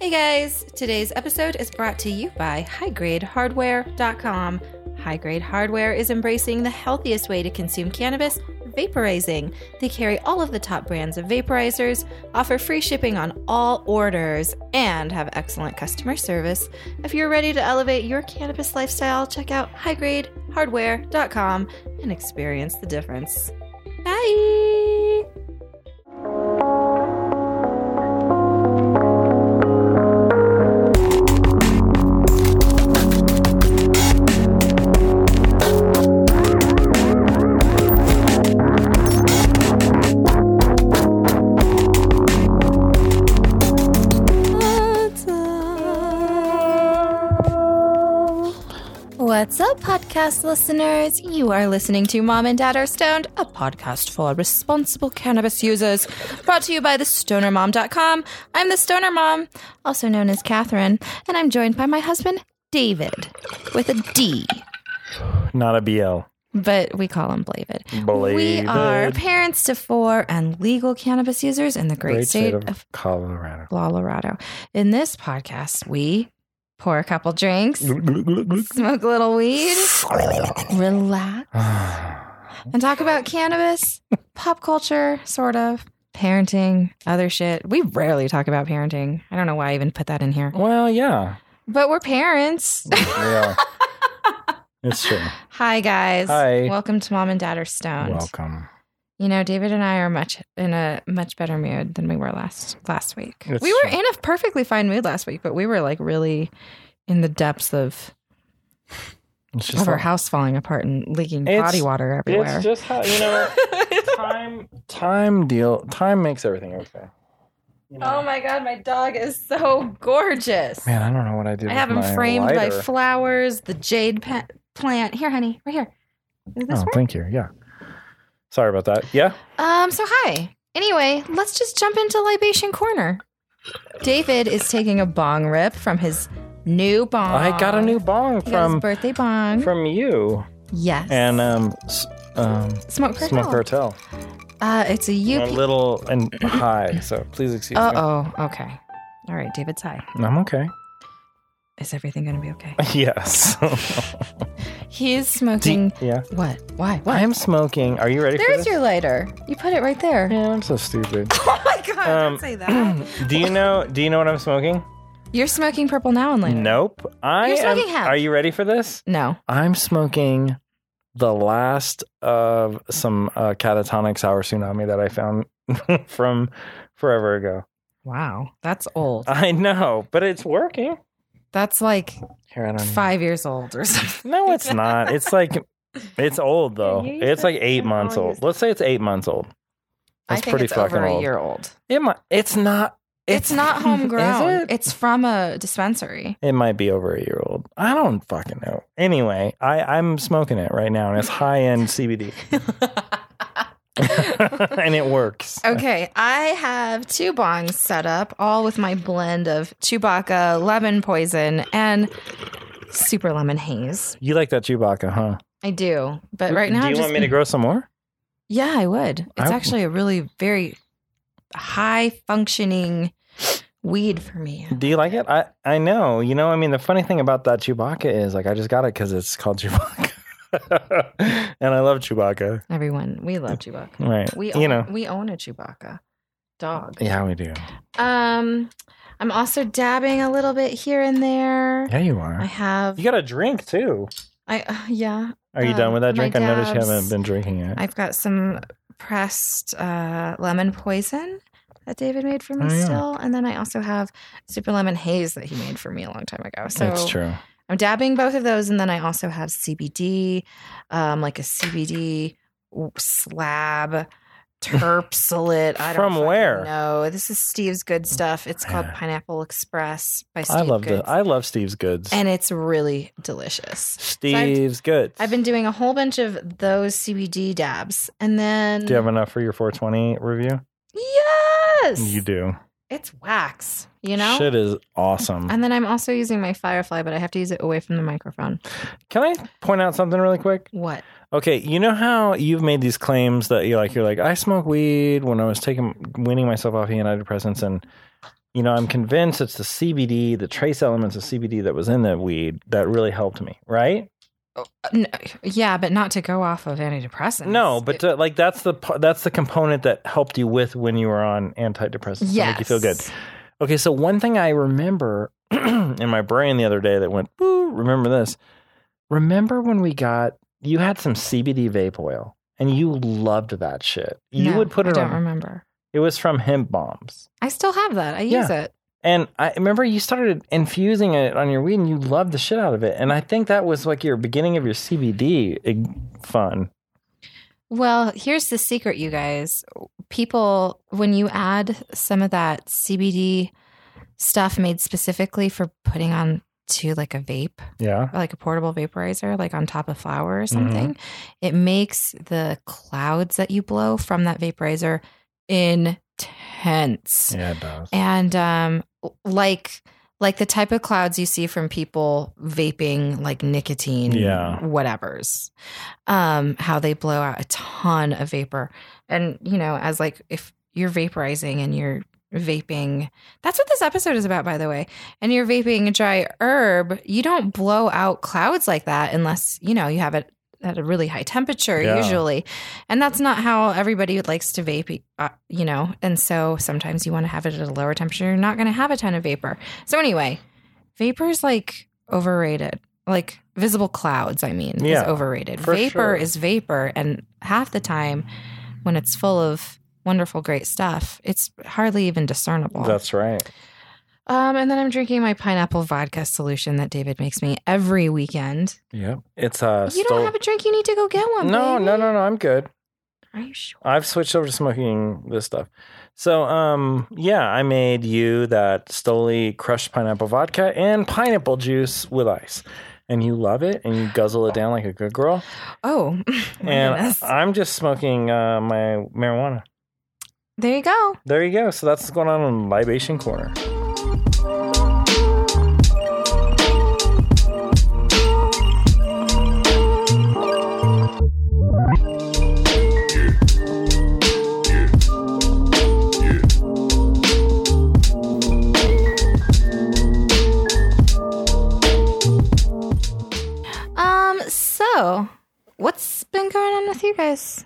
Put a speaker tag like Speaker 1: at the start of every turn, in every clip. Speaker 1: Hey guys, today's episode is brought to you by highgradehardware.com. High Grade Hardware is embracing the healthiest way to consume cannabis, vaporizing. They carry all of the top brands of vaporizers, offer free shipping on all orders, and have excellent customer service. If you're ready to elevate your cannabis lifestyle, check out highgradehardware.com and experience the difference. Bye! What's up? What's up, podcast listeners? You are listening to Mom and Dad Are Stoned, a podcast for responsible cannabis users, brought to you by thestonermom.com. I'm the Stoner Mom, also known as Catherine, and I'm joined by my husband, David, with a D,
Speaker 2: Not a BL.
Speaker 1: but we call him Blavid. We
Speaker 2: Believe
Speaker 1: are
Speaker 2: it.
Speaker 1: parents to four and legal cannabis users in the great, state of
Speaker 2: Colorado.
Speaker 1: Colorado. In this podcast, we pour a couple drinks, smoke a little weed, relax,
Speaker 2: Uh-huh.
Speaker 1: and talk about cannabis, pop culture, sort of, parenting, other shit. We rarely talk about parenting. I don't know why I even put that in here,
Speaker 2: well, yeah.
Speaker 1: but we're parents.
Speaker 2: yeah. It's true.
Speaker 1: Hi, guys.
Speaker 2: Hi.
Speaker 1: Welcome to Mom and Dad Are Stoned.
Speaker 2: Welcome.
Speaker 1: You know, David and I are much in a much better mood than we were last last week.
Speaker 2: That's
Speaker 1: we were
Speaker 2: true.
Speaker 1: in a perfectly fine mood last week, but we were like really in the depths of,
Speaker 2: It's just
Speaker 1: of our
Speaker 2: like-
Speaker 1: house falling apart and leaking
Speaker 2: Oh. It's-
Speaker 1: body water everywhere.
Speaker 2: It's just how you know time time deal time makes everything okay. You know?
Speaker 1: oh my god, my dog is so gorgeous.
Speaker 2: Man, I don't know what I did.
Speaker 1: I
Speaker 2: with
Speaker 1: have him
Speaker 2: my
Speaker 1: framed by
Speaker 2: lighter.
Speaker 1: flowers, the jade pa- plant. Here, honey, right here. Is this
Speaker 2: Oh,
Speaker 1: work?
Speaker 2: thank you. Yeah. Sorry about that. Yeah.
Speaker 1: Um, so hi. Anyway, let's just jump into libation corner. David is taking a bong rip from his new bong.
Speaker 2: I got a new
Speaker 1: He
Speaker 2: bong
Speaker 1: got his
Speaker 2: from
Speaker 1: birthday bong.
Speaker 2: from you
Speaker 1: yes.
Speaker 2: and um s- um
Speaker 1: smoke cartel.
Speaker 2: Smoke Cartel.
Speaker 1: Uh, it's a
Speaker 2: I'm a
Speaker 1: UP.
Speaker 2: little and high, so please excuse
Speaker 1: Uh
Speaker 2: me.
Speaker 1: oh. Okay. All right, David's high.
Speaker 2: I'm okay.
Speaker 1: Is everything gonna be okay?
Speaker 2: Yes.
Speaker 1: He is smoking.
Speaker 2: yeah.
Speaker 1: what? Why?
Speaker 2: I
Speaker 1: Why?
Speaker 2: am smoking. Are you ready for
Speaker 1: There's
Speaker 2: this?
Speaker 1: your lighter. You put it right there.
Speaker 2: Yeah, I'm so stupid.
Speaker 1: Oh my god!
Speaker 2: Um, do you know do you know what I'm smoking?
Speaker 1: You're smoking purple now and later.
Speaker 2: Nope. I
Speaker 1: You're
Speaker 2: am-
Speaker 1: smoking hemp.
Speaker 2: Are you ready for this?
Speaker 1: No.
Speaker 2: I'm smoking the last of some uh, catatonic sour tsunami that I found from forever ago.
Speaker 1: Wow, that's old.
Speaker 2: I know, but it's working.
Speaker 1: That's like
Speaker 2: Here, I don't know.
Speaker 1: five years old or something.
Speaker 2: No, it's not. It's like it's old though.
Speaker 1: you
Speaker 2: It's
Speaker 1: said
Speaker 2: like eight
Speaker 1: I'm
Speaker 2: months
Speaker 1: all
Speaker 2: old.
Speaker 1: used-
Speaker 2: Let's say it's eight months old.
Speaker 1: I
Speaker 2: That's
Speaker 1: think
Speaker 2: pretty
Speaker 1: it's
Speaker 2: fucking
Speaker 1: over a
Speaker 2: old.
Speaker 1: year old.
Speaker 2: It might. It's not.
Speaker 1: It's, not homegrown.
Speaker 2: Is it?
Speaker 1: It's from a dispensary.
Speaker 2: It might be over a year old. I don't fucking know. Anyway, I I'm smoking it right now, and it's high end CBD, and it works.
Speaker 1: Okay, I have two bongs set up, all with my blend of Chewbacca, lemon poison, and super lemon haze.
Speaker 2: You like that Chewbacca, huh?
Speaker 1: I do, but right now,
Speaker 2: do
Speaker 1: I'm
Speaker 2: you
Speaker 1: just
Speaker 2: want me to grow some more?
Speaker 1: yeah, I would. It's
Speaker 2: I-
Speaker 1: actually a really very high functioning weed for me.
Speaker 2: Do you like it? I I know. You know. I mean, the funny thing about that Chewbacca is like I just got it because it's called Chewbacca, and I love Chewbacca.
Speaker 1: Everyone, we love Chewbacca.
Speaker 2: Right.
Speaker 1: We own,
Speaker 2: you know.
Speaker 1: we own a Chewbacca dog.
Speaker 2: Yeah, we do.
Speaker 1: Um, I'm also dabbing a little bit here and there.
Speaker 2: Yeah, you
Speaker 1: I
Speaker 2: are.
Speaker 1: have,
Speaker 2: You got a drink too.
Speaker 1: I uh, yeah,
Speaker 2: Are you done
Speaker 1: Um,
Speaker 2: with that
Speaker 1: my
Speaker 2: drink? I noticed you
Speaker 1: dabs.
Speaker 2: haven't been drinking it.
Speaker 1: I've got some pressed uh, lemon poison that David made for me
Speaker 2: Oh, yeah.
Speaker 1: still. And then I also have super lemon haze that he made for me a long time ago. So
Speaker 2: That's true.
Speaker 1: I'm dabbing both of those. And then I also have CBD, um, like a CBD w- slab. Terpsilate. I don't
Speaker 2: From where?
Speaker 1: No, this is Steve's good stuff. It's called
Speaker 2: Yeah.
Speaker 1: Pineapple Express by Steve
Speaker 2: I love
Speaker 1: Goods.
Speaker 2: the, I love Steve's goods.
Speaker 1: and it's really delicious. I've-
Speaker 2: Steve's goods.
Speaker 1: I've been doing a whole bunch of those CBD dabs, and then
Speaker 2: Do you have enough for your 420 review?
Speaker 1: Yes.
Speaker 2: You do.
Speaker 1: It's wax, you know?
Speaker 2: Shit is awesome.
Speaker 1: And then I'm also using my Firefly, but I have to use it away from the microphone.
Speaker 2: Can I point out something really quick?
Speaker 1: What?
Speaker 2: Okay, you know how you've made these claims that you're like you're like I smoke weed when I was taking weaning myself off antidepressants and you know, I'm convinced it's the CBD, the trace elements of CBD that was in the weed that really helped me, right?
Speaker 1: Uh, N- yeah, but not to go off of antidepressants.
Speaker 2: No, but to, like that's the p- that's the component that helped you with when you were on antidepressants to make you feel good.
Speaker 1: Yes.
Speaker 2: Okay, so one thing I remember in my brain the other day that went, "Boo, remember this. Remember when we got you had some CBD vape oil and you loved that shit. You
Speaker 1: No,
Speaker 2: would put
Speaker 1: I
Speaker 2: it
Speaker 1: don't
Speaker 2: on.
Speaker 1: remember.
Speaker 2: It was from hemp bombs.
Speaker 1: I still have that. I
Speaker 2: Yeah.
Speaker 1: use it.
Speaker 2: And I remember you started infusing it on your weed and you loved the shit out of it. And I think that was like your beginning of your CBD ig- fun.
Speaker 1: Well, here's the secret, you guys. People, when you add some of that CBD stuff made specifically for putting on to like a vape,
Speaker 2: Yeah.
Speaker 1: or like a portable vaporizer, like on top of flour or something, it makes the clouds that you blow from that vaporizer intense.
Speaker 2: Yeah, it does.
Speaker 1: And um, like like the type of clouds you see from people vaping like nicotine,
Speaker 2: Yeah.
Speaker 1: whatever's, um, how they blow out a ton of vapor. And you know, as like if you're vaporizing and you're vaping, that's what this episode is about, by the way. And you're vaping a dry herb, you don't blow out clouds like that unless you know you have it at a really high temperature
Speaker 2: Yeah.
Speaker 1: usually and that's not how everybody likes to vape uh, you know and so sometimes you want to have it at a lower temperature you're not going to have a ton of vapor so anyway vapor is like overrated like visible clouds i mean
Speaker 2: Yeah,
Speaker 1: is overrated
Speaker 2: for
Speaker 1: vapor
Speaker 2: sure.
Speaker 1: is vapor and half the time when it's full of wonderful great stuff it's hardly even discernible
Speaker 2: That's right.
Speaker 1: um, and then i'm drinking my pineapple vodka solution that david makes me every weekend
Speaker 2: Yeah. It's uh,
Speaker 1: you
Speaker 2: stole-
Speaker 1: don't have a drink you need to go get one
Speaker 2: No,
Speaker 1: baby.
Speaker 2: no, no, no. I'm good.
Speaker 1: are you sure
Speaker 2: I've switched over to smoking this stuff. So, um, yeah, I made you that Stoli crushed pineapple vodka and pineapple juice with ice. And you love it and you guzzle it down like a good girl.
Speaker 1: oh my
Speaker 2: and
Speaker 1: goodness.
Speaker 2: I'm just smoking uh, my marijuana.
Speaker 1: there you go
Speaker 2: There you go. So that's what's going on in Libation Corner.
Speaker 1: Um, so what's been going on with you guys?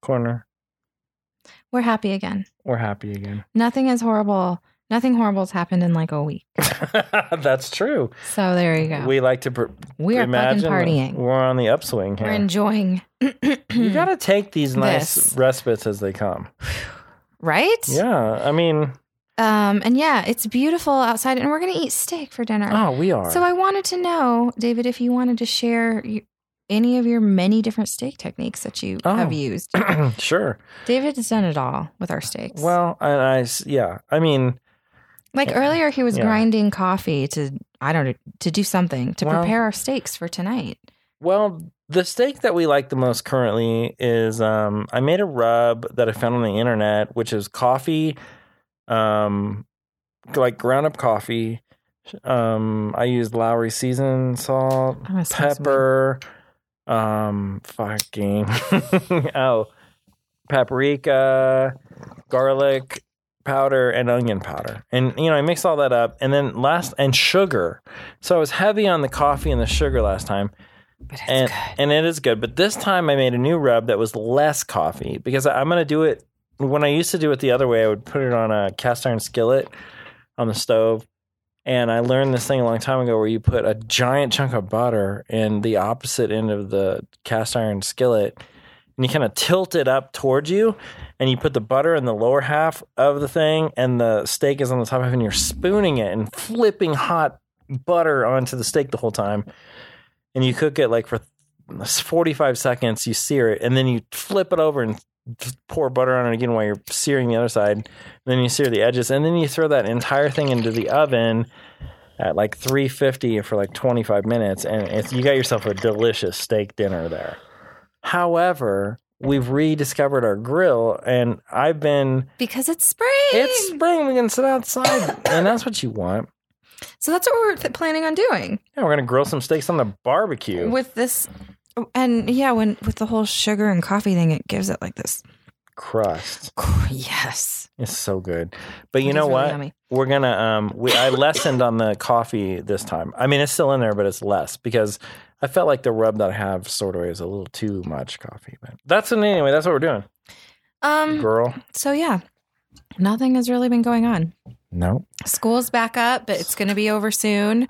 Speaker 2: Corner.
Speaker 1: We're happy again.
Speaker 2: We're happy again.
Speaker 1: Nothing is horrible. Nothing horrible's happened in like a week.
Speaker 2: that's true.
Speaker 1: So there you go.
Speaker 2: We like to pr-
Speaker 1: We are fucking
Speaker 2: imagine that
Speaker 1: partying.
Speaker 2: We're on the upswing here.
Speaker 1: We're enjoying
Speaker 2: you got to take these nice
Speaker 1: This.
Speaker 2: respites as they come.
Speaker 1: right?
Speaker 2: Yeah. I mean,
Speaker 1: Um, and yeah, it's beautiful outside and we're gonna eat steak for dinner.
Speaker 2: oh, we are.
Speaker 1: so I wanted to know, David, if you wanted to share y- any of your many different steak techniques that you
Speaker 2: Oh.
Speaker 1: have used.
Speaker 2: sure.
Speaker 1: David has done it all with our steaks.
Speaker 2: Well, and I, s- yeah. I mean,
Speaker 1: Like earlier, he was
Speaker 2: Yeah.
Speaker 1: grinding coffee to I don't know to do something to
Speaker 2: Well-
Speaker 1: prepare our steaks for tonight.
Speaker 2: well, the steak that we like the most currently is um, I made a rub that I found on the internet, which is coffee, um, like ground up coffee. Um, I used Lowry seasoned salt,
Speaker 1: I'm gonna smoke some
Speaker 2: pepper, um, fucking oh, paprika, garlic powder, and onion powder, and you know I mix all that up, and then last and sugar. So I was heavy on the coffee and the sugar last time,
Speaker 1: weed, but it's
Speaker 2: and
Speaker 1: good.
Speaker 2: and it is good. But this time I made a new rub that was less coffee because I, I'm gonna do it. When I used to do it the other way, I would put it on a cast iron skillet on the stove. And I learned this thing a long time ago where you put a giant chunk of butter in the opposite end of the cast iron skillet and you kind of tilt it up towards you and you put the butter in the lower half of the thing and the steak is on the top half and you're spooning it and flipping hot butter onto the steak the whole time. And you cook it like for 45 seconds, you sear it, and then you flip it over and just pour butter on it again while you're searing the other side. And then you sear the edges, and then you throw that entire thing into the oven at like 350 for like 25 minutes, and it's, you got yourself a delicious steak dinner there. However, we've rediscovered our grill, and I've been
Speaker 1: because it's spring.
Speaker 2: it's spring. We can sit outside, and that's what you want.
Speaker 1: so that's what we're th- planning on doing
Speaker 2: Yeah, we're gonna grill some steaks on the barbecue.
Speaker 1: with this. And yeah, when with the whole sugar and coffee thing, it gives it like this
Speaker 2: crust.
Speaker 1: Yes.
Speaker 2: It's so good. But you
Speaker 1: It
Speaker 2: know
Speaker 1: is really
Speaker 2: what?
Speaker 1: yummy.
Speaker 2: We're gonna um we I lessened on the coffee this time. I mean it's still in there, but it's less because I felt like the rub that I have sort of is a little too much coffee. But that's an anyway, that's what we're doing.
Speaker 1: Um.
Speaker 2: Girl.
Speaker 1: So yeah, nothing has really been going on.
Speaker 2: No.
Speaker 1: School's back up, but it's going to be over soon,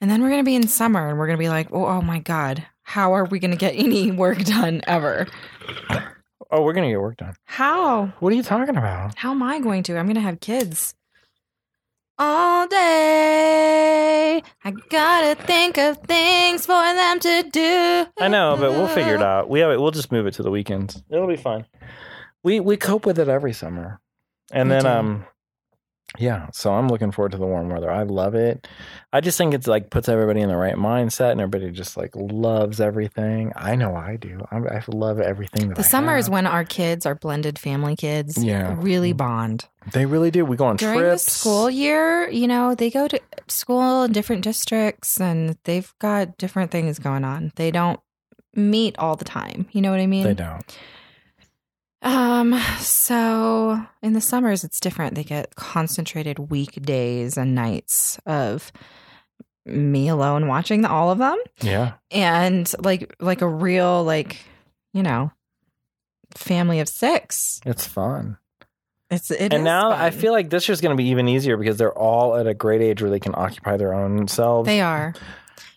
Speaker 1: and then we're going to be in summer, and we're going to be like, oh, oh my god, how are we going to get any work done ever?
Speaker 2: Oh, we're gonna get work done.
Speaker 1: How?
Speaker 2: What are you talking about?
Speaker 1: How am I going to? I'm going to have kids. All day, I gotta think of things for them to do.
Speaker 2: I know, but we'll figure it out. We have it we'll just move it to the weekends. It'll be fun. We we cope with it every summer. And
Speaker 1: We
Speaker 2: then
Speaker 1: do.
Speaker 2: um yeah, so I'm looking forward to the warm weather. I love it. I just think it's like puts everybody in the right mindset and everybody just like loves everything. I know I do. I, I love everything that
Speaker 1: The
Speaker 2: I
Speaker 1: summer is
Speaker 2: have.
Speaker 1: when our kids, our blended family kids,
Speaker 2: Yeah.
Speaker 1: really bond.
Speaker 2: they really do. We go on
Speaker 1: During
Speaker 2: trips.
Speaker 1: the school year, you know, they go to school in different districts and they've got different things going on. They don't meet all the time. You know what I mean?
Speaker 2: They don't.
Speaker 1: Um, so in the summers it's different. They get concentrated weekdays and nights of me alone watching all of them
Speaker 2: Yeah.
Speaker 1: and like like a real like, you know, family of six.
Speaker 2: It's fun.
Speaker 1: It's it is
Speaker 2: and now I
Speaker 1: fun.
Speaker 2: feel like this year's going to be even easier because they're all at a great age where they can occupy their own selves.
Speaker 1: They are.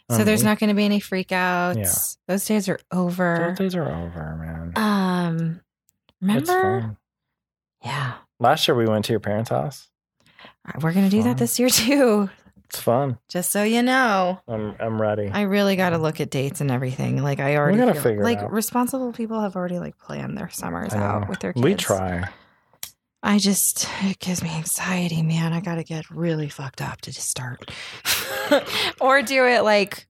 Speaker 1: So
Speaker 2: Um,
Speaker 1: there's
Speaker 2: we-
Speaker 1: not going to be any freakouts. Those days are over.
Speaker 2: Those days are over, man.
Speaker 1: Um,
Speaker 2: It's
Speaker 1: remember?
Speaker 2: fun.
Speaker 1: Yeah,
Speaker 2: Last year we went to your parents' house.
Speaker 1: we're going to do
Speaker 2: fun.
Speaker 1: that this year too.
Speaker 2: It's fun.
Speaker 1: Just so you know,
Speaker 2: I'm I'm ready.
Speaker 1: I really got to look at dates and everything. Like I already
Speaker 2: gotta
Speaker 1: feel-
Speaker 2: figure it
Speaker 1: like
Speaker 2: out.
Speaker 1: responsible people have already like planned their summers
Speaker 2: I know.
Speaker 1: out with their kids.
Speaker 2: we try.
Speaker 1: I just it gives me anxiety, man. I got to get really fucked up to just start, or do it like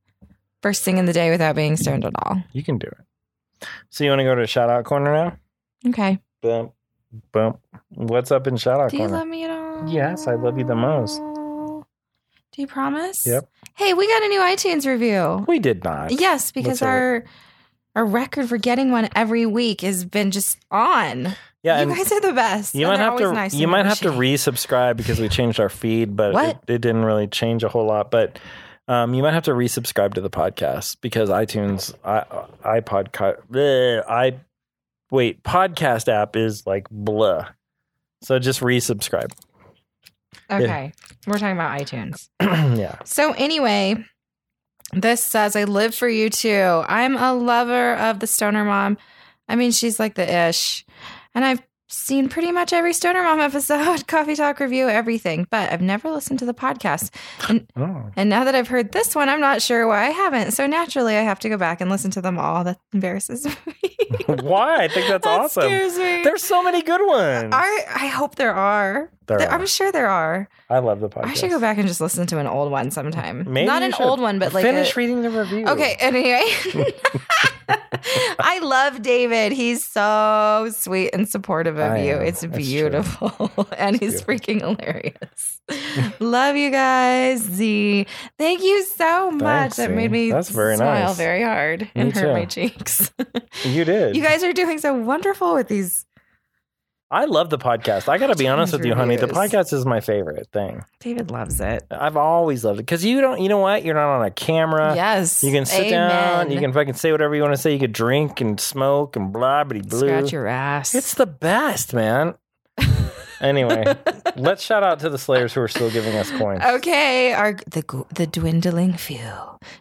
Speaker 1: first thing in the day without being stoned at all.
Speaker 2: You can do it. So you want to go to shout out corner now?
Speaker 1: Okay.
Speaker 2: Bump, bump. What's up in shout out
Speaker 1: Do you
Speaker 2: corner?
Speaker 1: love me at all?
Speaker 2: Yes, I love you the most.
Speaker 1: Do you promise?
Speaker 2: Yep.
Speaker 1: Hey, we got a new iTunes review.
Speaker 2: we did not.
Speaker 1: Yes, because
Speaker 2: hear
Speaker 1: our our record for getting one every week has been just on.
Speaker 2: yeah.
Speaker 1: you
Speaker 2: and
Speaker 1: guys are the best.
Speaker 2: you
Speaker 1: and
Speaker 2: might
Speaker 1: they're
Speaker 2: have to
Speaker 1: always nice
Speaker 2: you
Speaker 1: and
Speaker 2: might have to
Speaker 1: appreciative.
Speaker 2: resubscribe because we changed our feed, but
Speaker 1: What?
Speaker 2: it, it didn't really change a whole lot. But um, you might have to resubscribe to the podcast because iTunes, i uh, iPod, i wait podcast app is like blah. So just resubscribe.
Speaker 1: Okay, we're talking about iTunes.
Speaker 2: yeah.
Speaker 1: So anyway, this says I live for you too. I'm a lover of the stoner mom. I mean, she's like the ish. And I've seen pretty much every stoner mom episode, coffee talk review, everything, but I've never listened to the podcast.
Speaker 2: Oh.
Speaker 1: And now that I've heard this one, I'm not sure why I haven't. So naturally, I have to go back and listen to them all. That embarrasses me.
Speaker 2: Why? I think that's
Speaker 1: That
Speaker 2: awesome.
Speaker 1: Scares me.
Speaker 2: There's so many good ones.
Speaker 1: Are, I hope there are.
Speaker 2: There
Speaker 1: There-
Speaker 2: are.
Speaker 1: I'm sure there are.
Speaker 2: I love the podcast.
Speaker 1: I should go back and just listen to an old one sometime.
Speaker 2: Maybe
Speaker 1: Not
Speaker 2: you
Speaker 1: an
Speaker 2: should.
Speaker 1: old one, but like
Speaker 2: finish
Speaker 1: a-
Speaker 2: reading the review.
Speaker 1: Okay, anyway. I love David. He's so sweet and supportive of
Speaker 2: I
Speaker 1: you.
Speaker 2: am.
Speaker 1: It's
Speaker 2: That's true.
Speaker 1: beautiful. and he's
Speaker 2: beautiful.
Speaker 1: freaking hilarious. love you guys. Z. Thank you so much.
Speaker 2: Thanks,
Speaker 1: that
Speaker 2: Z.
Speaker 1: made me
Speaker 2: That's very
Speaker 1: smile
Speaker 2: nice.
Speaker 1: very hard and hurt
Speaker 2: too.
Speaker 1: my cheeks.
Speaker 2: you did.
Speaker 1: you guys are doing so wonderful with these.
Speaker 2: I love the podcast. I got to be honest with you, honey. The
Speaker 1: Reviews.
Speaker 2: podcast is my favorite thing.
Speaker 1: David loves it.
Speaker 2: I've always loved it because you don't. You know what? You're not on a camera.
Speaker 1: yes.
Speaker 2: You can sit
Speaker 1: Amen.
Speaker 2: down. You can fucking say whatever you want to say. You can drink and smoke and blah blah blue.
Speaker 1: scratch your ass.
Speaker 2: It's the best, man. anyway, let's shout out to the Slayers who are still giving us coins.
Speaker 1: Okay, our the gu- the dwindling few.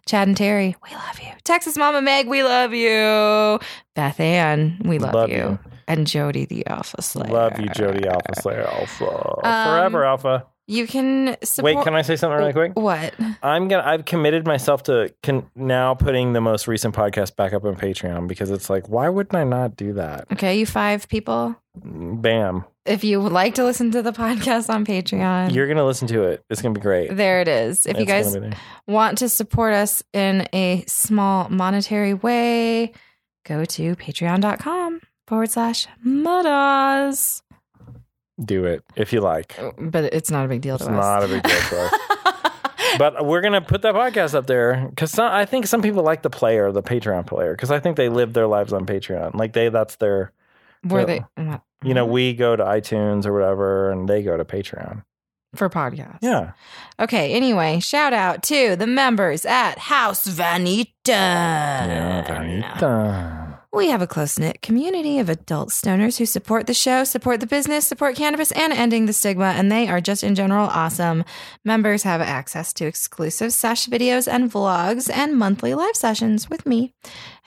Speaker 1: Chad and Terry, we love you. Texas Mama Meg, we love you. Beth Ann, we love,
Speaker 2: Love
Speaker 1: you.
Speaker 2: you.
Speaker 1: And Jody the Alpha Slayer.
Speaker 2: Love you, Jody Alpha Slayer Alpha
Speaker 1: Um,
Speaker 2: forever Alpha.
Speaker 1: You can support.
Speaker 2: Wait, can I say something really quick?
Speaker 1: What?
Speaker 2: I'm gonna. I've committed myself to con- now putting the most recent podcast back up on Patreon because it's like, why wouldn't I not do that?
Speaker 1: Okay, you five people.
Speaker 2: Bam!
Speaker 1: If you would like to listen to the podcast on Patreon,
Speaker 2: You're gonna listen to it. It's gonna be great.
Speaker 1: there it is. Mm. If you
Speaker 2: It's
Speaker 1: guys
Speaker 2: gonna be there.
Speaker 1: want to support us in a small monetary way, go to patreon.com forward slash mudas.
Speaker 2: do it if you like.
Speaker 1: But it's not a big deal
Speaker 2: It's
Speaker 1: to
Speaker 2: not
Speaker 1: us.
Speaker 2: a big deal to us. But we're gonna put that podcast up there because I think some people like the player, the Patreon player, because I think they live their lives on Patreon. Like they, that's their
Speaker 1: Were
Speaker 2: So-
Speaker 1: they not,
Speaker 2: You know, we go to iTunes or whatever, and they go to Patreon.
Speaker 1: for podcasts?
Speaker 2: Yeah.
Speaker 1: Okay. Anyway, shout out to the members at House Vanitan. Uh,
Speaker 2: Yeah, Vanita.
Speaker 1: We have a close knit community of adult stoners who support the show, support the business, support cannabis, and ending the stigma, and they are just in general awesome. Members have access to exclusive sesh videos and vlogs and monthly live sessions with me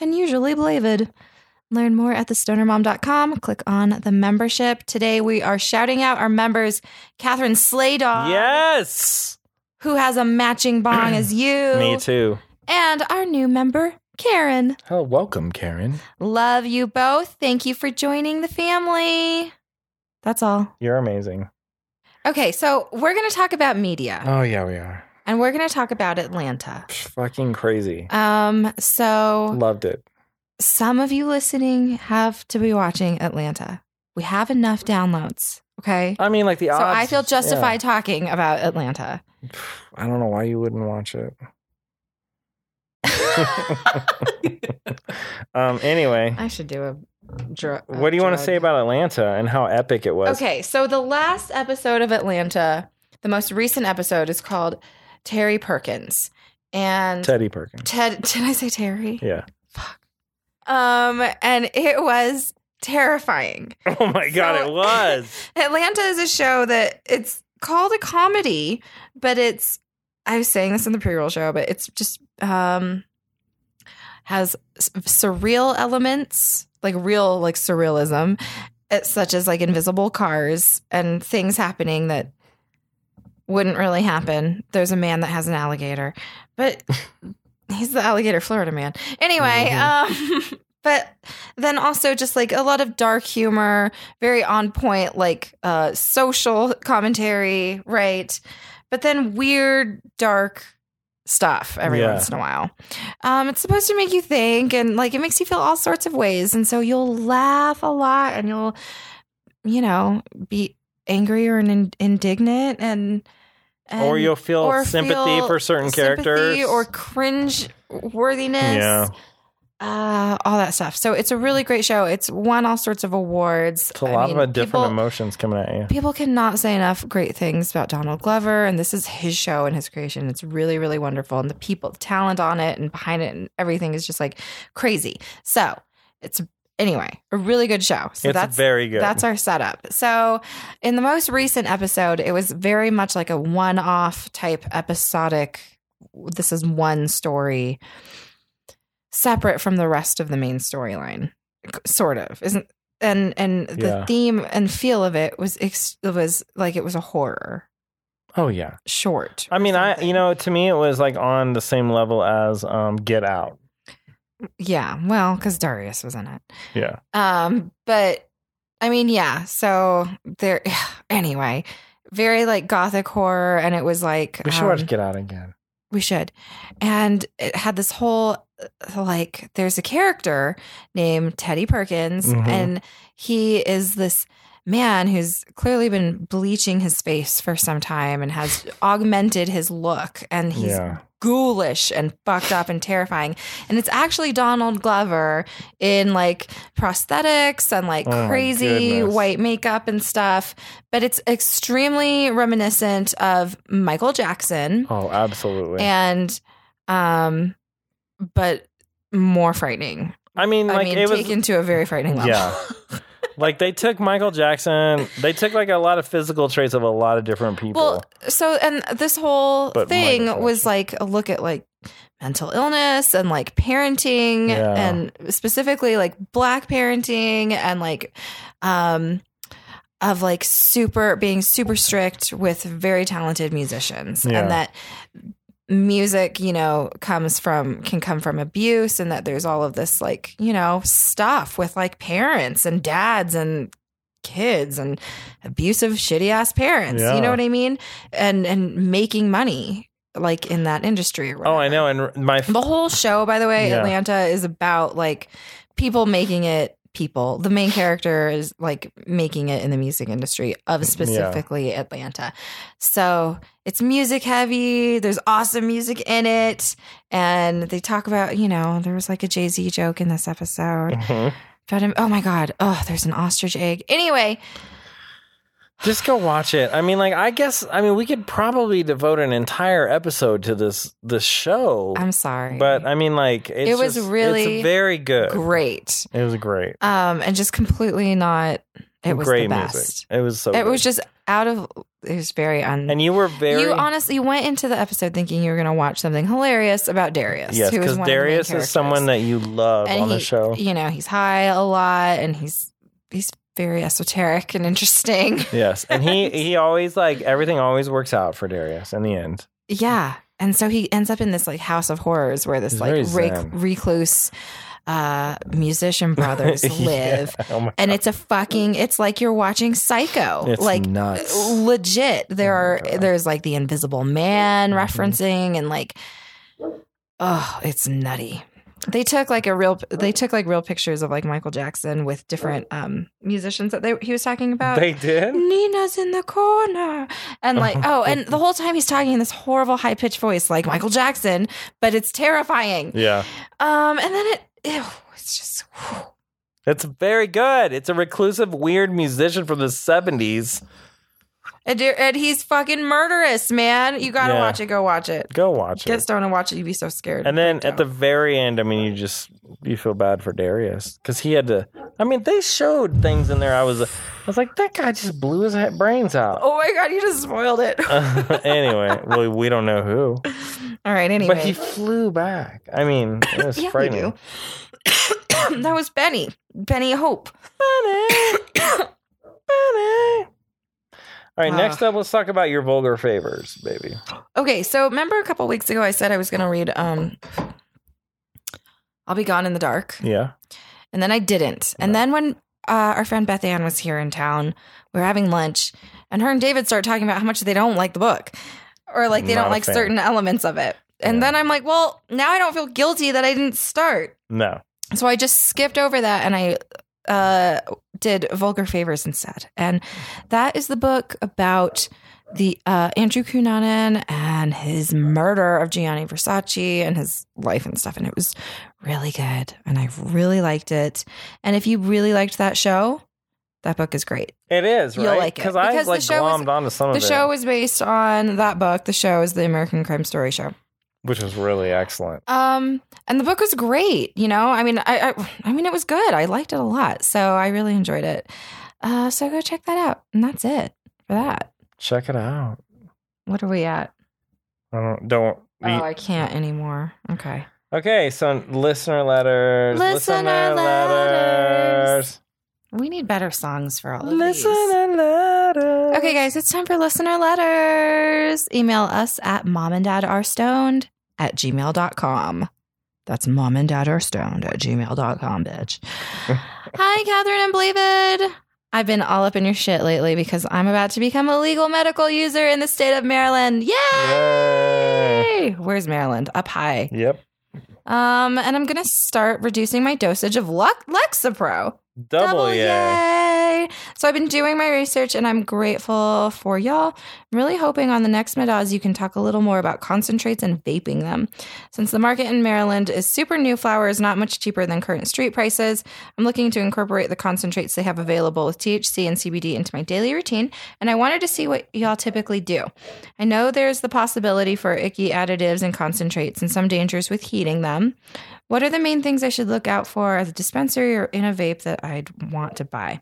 Speaker 1: and usually Blavid. Learn more at thestonermom.com. Click on the membership. Today we are shouting out our members, Catherine Slaydog,
Speaker 2: Yes.
Speaker 1: who has a matching bong as you,
Speaker 2: Me too.
Speaker 1: and our new member, Karen.
Speaker 2: Oh, welcome, Karen.
Speaker 1: Love you both. Thank you for joining the family. That's all.
Speaker 2: You're amazing.
Speaker 1: Okay, so we're going to talk about media
Speaker 2: Oh yeah, we are.
Speaker 1: and we're going to talk about Atlanta.
Speaker 2: Psh, Fucking crazy.
Speaker 1: Um, so
Speaker 2: Loved it.
Speaker 1: some of you listening have to be watching Atlanta. We have enough downloads, okay?
Speaker 2: I mean, like the
Speaker 1: So
Speaker 2: odds.
Speaker 1: I feel
Speaker 2: yeah.
Speaker 1: justified talking about Atlanta.
Speaker 2: I don't know why you wouldn't watch it. um. Anyway,
Speaker 1: I should do a drug.
Speaker 2: what do you want to say about Atlanta and how epic it was?
Speaker 1: Okay, so the last episode of Atlanta, the most recent episode is called Terry Perkins. And
Speaker 2: Teddy Perkins.
Speaker 1: Ted, did I say Terry?
Speaker 2: Yeah.
Speaker 1: Um, and it was terrifying.
Speaker 2: Oh my god,
Speaker 1: So-
Speaker 2: it was.
Speaker 1: Atlanta is a show that it's called a comedy, but it's I was saying this in the pre-roll show, but it's just um has s- surreal elements, like real like surrealism, eh, such as like invisible cars and things happening that wouldn't really happen. There's a man that has an alligator, but he's the alligator Florida man. Anyway, um but then also just like a lot of dark humor, very on point like uh social commentary, right? But then weird dark stuff every
Speaker 2: Yeah.
Speaker 1: once in a while. Um it's supposed to make you think and like it makes you feel all sorts of ways and so you'll laugh a lot and you'll you know be angry or in, indignant and, and
Speaker 2: or you'll feel
Speaker 1: or
Speaker 2: sympathy
Speaker 1: feel
Speaker 2: for certain
Speaker 1: sympathy
Speaker 2: characters.
Speaker 1: or cringe worthiness
Speaker 2: yeah,
Speaker 1: uh, all that stuff. So it's a really great show. It's won all sorts of awards.
Speaker 2: it's a
Speaker 1: I
Speaker 2: lot
Speaker 1: mean,
Speaker 2: of different
Speaker 1: people,
Speaker 2: emotions coming at you.
Speaker 1: People cannot say enough great things about Donald Glover, and this is his show and his creation. It's really, really wonderful, and the people, the talent on it and behind it, and everything is just like crazy. So it's anyway a really good show. So
Speaker 2: it's
Speaker 1: that's
Speaker 2: very good.
Speaker 1: that's our setup. So, in the most recent episode, it was very much like a one off type episodic. This is one story separate from the rest of the main storyline, sort of. Isn't and and the
Speaker 2: Yeah.
Speaker 1: theme and feel of it was ex- it was like it was a horror
Speaker 2: oh yeah.
Speaker 1: short.
Speaker 2: I
Speaker 1: or
Speaker 2: mean, I
Speaker 1: something.
Speaker 2: you know, to me, it was like on the same level as um, Get Out.
Speaker 1: yeah, well, because Darius was in it.
Speaker 2: Yeah,
Speaker 1: Um, but I mean, yeah. So there. Anyway, very like gothic horror, and it was like
Speaker 2: we should
Speaker 1: um,
Speaker 2: watch Get Out again.
Speaker 1: we should. And it had this whole uh, like there's a character named Teddy Perkins,
Speaker 2: Mhm.
Speaker 1: and he is this man who's clearly been bleaching his face for some time and has augmented his look, and he's
Speaker 2: yeah,
Speaker 1: ghoulish and fucked up and terrifying. And it's actually Donald Glover in like prosthetics and like
Speaker 2: Oh, my
Speaker 1: crazy
Speaker 2: goodness.
Speaker 1: white makeup and stuff. But it's extremely reminiscent of Michael Jackson
Speaker 2: oh, absolutely.
Speaker 1: and, um, but more frightening.
Speaker 2: I mean, like
Speaker 1: I mean,
Speaker 2: it was
Speaker 1: taken to a very frightening level.
Speaker 2: Yeah. like they took Michael Jackson. They took like a lot of physical traits of a lot of different people.
Speaker 1: Well, so and this whole
Speaker 2: But
Speaker 1: thing
Speaker 2: minor
Speaker 1: was
Speaker 2: correction.
Speaker 1: like a look at like mental illness and like parenting
Speaker 2: Yeah.
Speaker 1: and specifically like black parenting and like um of like super being super strict with very talented musicians
Speaker 2: Yeah.
Speaker 1: and that music you know comes from can come from abuse and that there's all of this like you know stuff with like parents and dads and kids and abusive shitty ass parents you know
Speaker 2: Yeah.
Speaker 1: what i mean and and making money like in that industry or
Speaker 2: oh, I
Speaker 1: whatever.
Speaker 2: know. And my f-
Speaker 1: the whole show by the way
Speaker 2: Yeah.
Speaker 1: atlanta is about like people making it people the main character is like making it in the music industry of specifically atlanta so it's music heavy there's awesome music in it and they talk about you know there was like a jay-z joke in this episode
Speaker 2: Mhm.
Speaker 1: Found him. Oh my god. Oh, there's an ostrich egg. Anyway,
Speaker 2: Just go watch it. I mean, like, I guess, I mean, we could probably devote an entire episode to this this show.
Speaker 1: I'm sorry.
Speaker 2: but I mean, like, it's
Speaker 1: It was
Speaker 2: just-
Speaker 1: really
Speaker 2: it's very good.
Speaker 1: great.
Speaker 2: It was great.
Speaker 1: Um, and just completely not. It was
Speaker 2: great
Speaker 1: the best.
Speaker 2: music. It was so.
Speaker 1: It
Speaker 2: good.
Speaker 1: was just out of. It was very un.
Speaker 2: and you were very
Speaker 1: you honestly you went into the episode thinking you were going to watch something hilarious about Darius.
Speaker 2: yes,
Speaker 1: who is
Speaker 2: because
Speaker 1: one of the main
Speaker 2: Darius is
Speaker 1: characters.
Speaker 2: someone that you love
Speaker 1: And
Speaker 2: on the
Speaker 1: he-
Speaker 2: show.
Speaker 1: you know he's high a lot and he's he's very esoteric and interesting.
Speaker 2: Yes, and he he always like everything always works out for Darius in the end.
Speaker 1: Yeah. And so he ends up in this like house of horrors where this
Speaker 2: It's
Speaker 1: like
Speaker 2: very
Speaker 1: rec-
Speaker 2: zen.
Speaker 1: recluse uh musician brothers
Speaker 2: Yeah.
Speaker 1: live.
Speaker 2: Oh my
Speaker 1: And it's a fucking it's like you're watching Psycho.
Speaker 2: It's
Speaker 1: like uh,
Speaker 2: nuts.
Speaker 1: legit. There
Speaker 2: Oh
Speaker 1: are
Speaker 2: my God.
Speaker 1: there's like the invisible man
Speaker 2: Mhm.
Speaker 1: referencing and like oh, it's nutty. They took like a real they took like real pictures of like Michael Jackson with different um musicians that they, he was talking about.
Speaker 2: they did.
Speaker 1: Nina's in the corner. And like, oh, and the whole time he's talking in this horrible high pitched voice like Michael Jackson, but it's terrifying.
Speaker 2: Yeah,
Speaker 1: Um, and then it, ew, it's just, whew.
Speaker 2: it's very good. It's a reclusive, weird musician from the seventies.
Speaker 1: and, there- and he's fucking murderous, man. You gotta
Speaker 2: Yeah.
Speaker 1: watch it. Go watch it.
Speaker 2: Go watch
Speaker 1: Get
Speaker 2: it.
Speaker 1: stoned and watch it. You'd be so scared.
Speaker 2: And then at
Speaker 1: freaked
Speaker 2: the
Speaker 1: out.
Speaker 2: very end, I mean, you just you feel bad for Darius because he had to. I mean, they showed things in there. I was I was like, that guy just blew his he- brains out.
Speaker 1: oh my god, you just spoiled it.
Speaker 2: Uh, anyway, well, we don't know who.
Speaker 1: All right. Anyway,
Speaker 2: But he flew back. I mean, it was
Speaker 1: Yeah, you
Speaker 2: frightening.
Speaker 1: do. that was Benny. Benny Hope.
Speaker 2: All right,
Speaker 1: Ah.
Speaker 2: next up, let's talk about your vulgar favors, baby.
Speaker 1: Okay, so remember a couple weeks ago I said I was going to read um I'll be gone in the dark,
Speaker 2: Yeah.
Speaker 1: and then I didn't. And
Speaker 2: Right.
Speaker 1: then when uh, our friend Beth Ann was here in town, we were having lunch, and her and David start talking about how much they don't like the book, or like they
Speaker 2: Not
Speaker 1: don't
Speaker 2: a
Speaker 1: like
Speaker 2: fan.
Speaker 1: certain elements of it. And
Speaker 2: Yeah.
Speaker 1: then I'm like, well, now I don't feel guilty that I didn't start,
Speaker 2: No.
Speaker 1: so I just skipped over that and I uh, did vulgar favors instead. And that is the book about the uh, Andrew Cunanan and his murder of Gianni Versace and his life and stuff. And it was really good, and I really liked it. And if you really liked that show, that book is great.
Speaker 2: It is,
Speaker 1: You'll
Speaker 2: right?
Speaker 1: like it.
Speaker 2: Because I
Speaker 1: Because the
Speaker 2: like
Speaker 1: show was-
Speaker 2: glommed onto some
Speaker 1: The
Speaker 2: of
Speaker 1: show
Speaker 2: it,
Speaker 1: was based on that book. The show is the American Crime Story show.
Speaker 2: which was really excellent.
Speaker 1: Um, and the book was great. You know, I mean, I, I, I mean, it was good. I liked it a lot, so I really enjoyed it. Uh, so go check that out, and that's it for that.
Speaker 2: Check it out.
Speaker 1: What are we at?
Speaker 2: I don't. Don't. we-
Speaker 1: Oh, I can't anymore. Okay.
Speaker 2: okay, so listener letters.
Speaker 1: Listener letters. We need better songs for all of these.
Speaker 2: Listener letters.
Speaker 1: Okay, guys, it's time for listener letters. Email us at mom and dad are stoned at gmail.com. That's mom and dad are stoned at gmail.com, bitch. Hi, Catherine and Blavid. I've been all up in your shit lately because I'm about to become a legal medical user in the state of Maryland. Yay!
Speaker 2: Yay.
Speaker 1: Where's Maryland? Up high.
Speaker 2: Yep.
Speaker 1: Um, and I'm gonna start reducing my dosage of Lex- Lexapro.
Speaker 2: Double, yeah.
Speaker 1: yay. So I've been doing my research and I'm grateful for y'all. I'm really hoping on the next Madaz you can talk a little more about concentrates and vaping them. Since the market in Maryland is super new flowers, not much cheaper than current street prices, I'm looking to incorporate the concentrates they have available with THC and CBD into my daily routine, and I wanted to see what y'all typically do. I know there's the possibility for icky additives and concentrates and some dangers with heating them. What are the main things I should look out for at the dispensary or in a vape that I'd want to buy?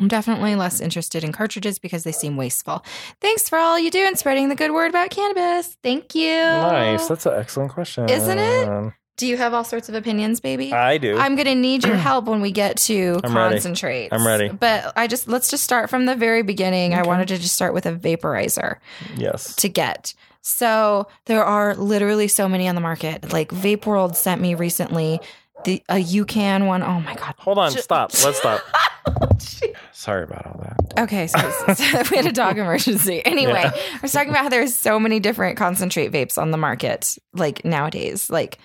Speaker 1: I'm definitely less interested in cartridges because they seem wasteful. Thanks for all you do and spreading the good word about cannabis. Thank you.
Speaker 2: Nice. That's an excellent question.
Speaker 1: Isn't it? Do you have all sorts of opinions, baby?
Speaker 2: I do.
Speaker 1: I'm going to need your help when we get to
Speaker 2: I'm ready.
Speaker 1: concentrates.
Speaker 2: I'm ready.
Speaker 1: But I just let's just start from the very beginning. I
Speaker 2: Okay.
Speaker 1: wanted to just start with a vaporizer
Speaker 2: yes.
Speaker 1: to get. So there are literally so many on the market. Like Vape World sent me recently the a UCAN one. Oh my god.
Speaker 2: Hold on,
Speaker 1: Ju-
Speaker 2: stop. Let's stop. Sorry about all that.
Speaker 1: Okay, so, so we had a dog emergency. Anyway, I was talking about how there's so many different concentrate vapes on the market, like nowadays, like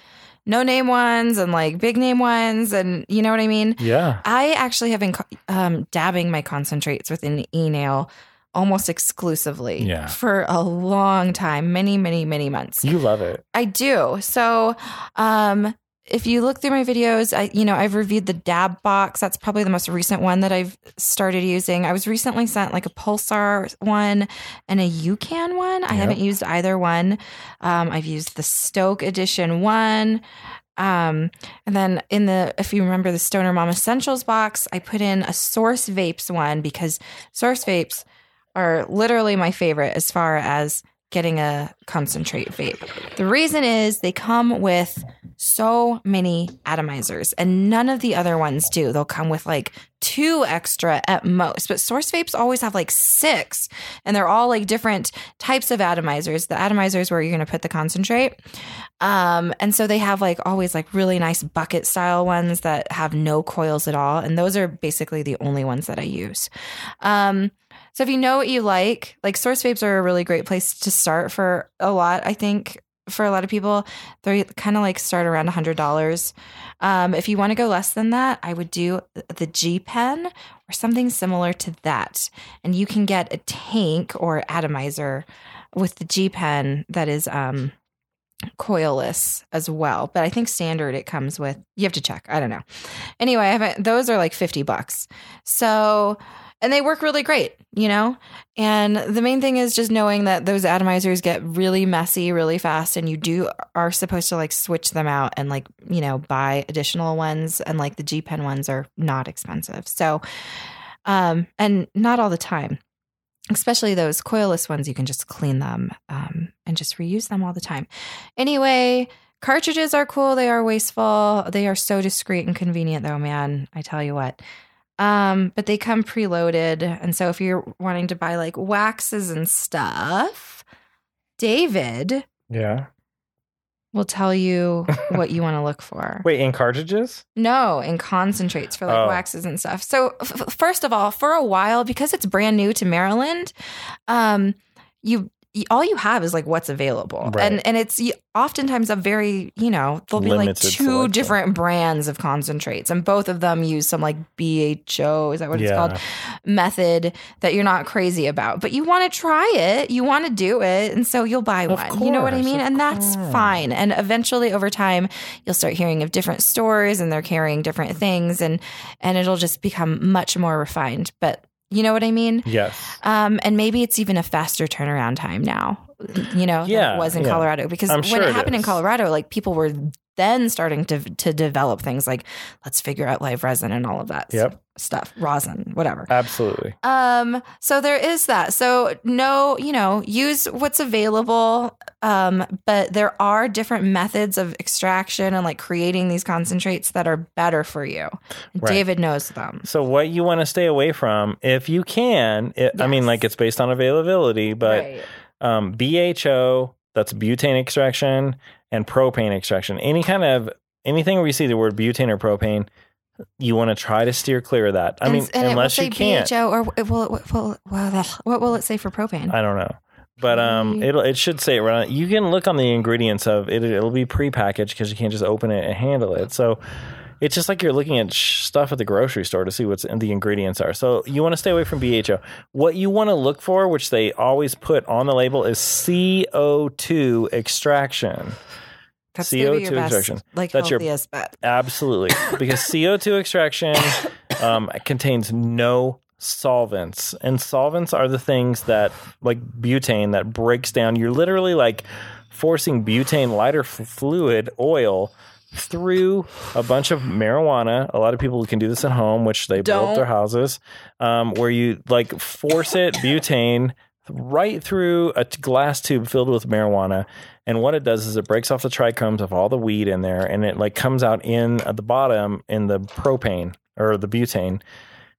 Speaker 1: no name ones and like big name ones, and you know what I mean.
Speaker 2: Yeah.
Speaker 1: I actually have been co- um, dabbing my concentrates with an e nail almost exclusively
Speaker 2: Yeah.
Speaker 1: for a long time, many, many, many months.
Speaker 2: You love it.
Speaker 1: I do. So, um, if you look through my videos, I you know I've reviewed the dab box. That's probably the most recent one that I've started using. I was recently sent like a Pulsar one and a UCAN one. I
Speaker 2: Yep.
Speaker 1: haven't used either one. Um, I've used the Stoke Edition one. Um, and then in the if you remember the Stoner Mom Essentials box, I put in a Source Vapes one because Source Vapes are literally my favorite as far as getting a concentrate vape. The reason is they come with so many atomizers and none of the other ones do. They'll come with like two extra at most, but Source Vapes always have like six and they're all like different types of atomizers. The atomizer is where you're going to put the concentrate. Um, and so they have like always like really nice bucket style ones that have no coils at all. And those are basically the only ones that I use. Um, so if you know what you like, like source vapes are a really great place to start for a lot, I think, for a lot of people. They kind of like start around $100. Um, if you want to go less than that, I would do the G Pen or something similar to that. And you can get a tank or atomizer with the G Pen that is um, coilless as well. But I think standard it comes with, you have to check. I don't know. Anyway, I haven't, those are like 50 bucks. So, and they work really great, you know? And the main thing is just knowing that those atomizers get really messy really fast and you do are supposed to like switch them out and like, you know, buy additional ones and like the G Pen ones are not expensive. So um and not all the time. Especially those coilless ones, you can just clean them um, and just reuse them all the time. Anyway, cartridges are cool. They are wasteful. They are so discreet and convenient, though, man. I tell you what. Um, but they come preloaded. And so if you're wanting to buy like waxes and stuff, David
Speaker 2: Yeah.
Speaker 1: will tell you what you want to look for.
Speaker 2: Wait, in cartridges?
Speaker 1: No, and concentrates for like
Speaker 2: Oh.
Speaker 1: waxes and stuff. So, f- f- first of all, for a while, because it's brand new to Maryland, um, you y- all you have is like what's available,
Speaker 2: Right.
Speaker 1: and and it's y- oftentimes a very you know there'll be like two
Speaker 2: Limited selection.
Speaker 1: different brands of concentrates, and both of them use some like BHO is that what it's called method that you're not crazy about, but you want to try it, you want to do it, and so you'll buy
Speaker 2: Of
Speaker 1: one. you know what I
Speaker 2: course,
Speaker 1: mean?
Speaker 2: of
Speaker 1: And that's
Speaker 2: course.
Speaker 1: fine. And eventually over time, you'll start hearing of different stores and they're carrying different things and and it'll just become much more refined. But you know what I mean?
Speaker 2: Yes.
Speaker 1: Um, and maybe it's even a faster turnaround time now, you know, than
Speaker 2: Yeah,
Speaker 1: it was in
Speaker 2: yeah.
Speaker 1: Colorado. Because
Speaker 2: I'm
Speaker 1: when
Speaker 2: sure
Speaker 1: it
Speaker 2: it
Speaker 1: happened in
Speaker 2: is.
Speaker 1: Colorado, like people were then starting to to develop things like let's figure out live resin and all of that
Speaker 2: Yep.
Speaker 1: stuff, rosin, whatever.
Speaker 2: Absolutely.
Speaker 1: Um, so there is that. So no, you know, use what's available. Um, but there are different methods of extraction and like creating these concentrates that are better for you.
Speaker 2: Right.
Speaker 1: David knows them.
Speaker 2: So, what you want to stay away from, if you can, it, I mean,
Speaker 1: Yes.
Speaker 2: like it's based on availability, but
Speaker 1: right.
Speaker 2: um, BHO, that's butane extraction, and propane extraction. Any kind of anything where you see the word butane or propane, you want to try to steer clear of that. I
Speaker 1: And-
Speaker 2: mean,
Speaker 1: and it will
Speaker 2: unless you
Speaker 1: say
Speaker 2: can't,
Speaker 1: BHO or it will, it will, well, what will it say for propane?
Speaker 2: I don't know. But um,
Speaker 1: Pre-
Speaker 2: it'll it should say it right. on- You can look on the ingredients of it. It'll be prepackaged because you can't just open it and handle it. So it's just like you're looking at sh- stuff at the grocery store to see what's in the ingredients are. So you want to stay away from BHO. What you want to look for, which they always put on the label, is CO2 extraction.
Speaker 1: That's gonna be your
Speaker 2: CO2
Speaker 1: best,
Speaker 2: extraction.
Speaker 1: like
Speaker 2: That's your-
Speaker 1: healthiest bet.
Speaker 2: Absolutely, because CO2 extraction um, contains no solvents, and solvents are the things that, like butane, that breaks down. You're literally like forcing butane lighter f- fluid oil through a bunch of marijuana. A lot of people can do this at home, which they blow
Speaker 1: Don't.
Speaker 2: up their houses, um, where you like force it butane right through a t- glass tube filled with marijuana. And what it does is it breaks off the trichomes of all the weed in there, and it like comes out in at the bottom in the propane or the butane,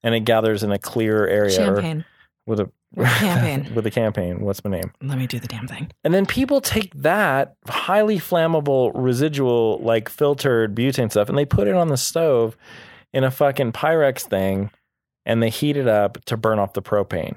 Speaker 2: and it gathers in a clear area or
Speaker 1: Champagne.
Speaker 2: with a
Speaker 1: Campaign.
Speaker 2: with a campaign. What's my name?
Speaker 1: Let me do the damn thing.
Speaker 2: And then people take that highly flammable residual, like filtered butane stuff, and they put it on the stove in a fucking Pyrex thing and they heat it up to burn off the propane.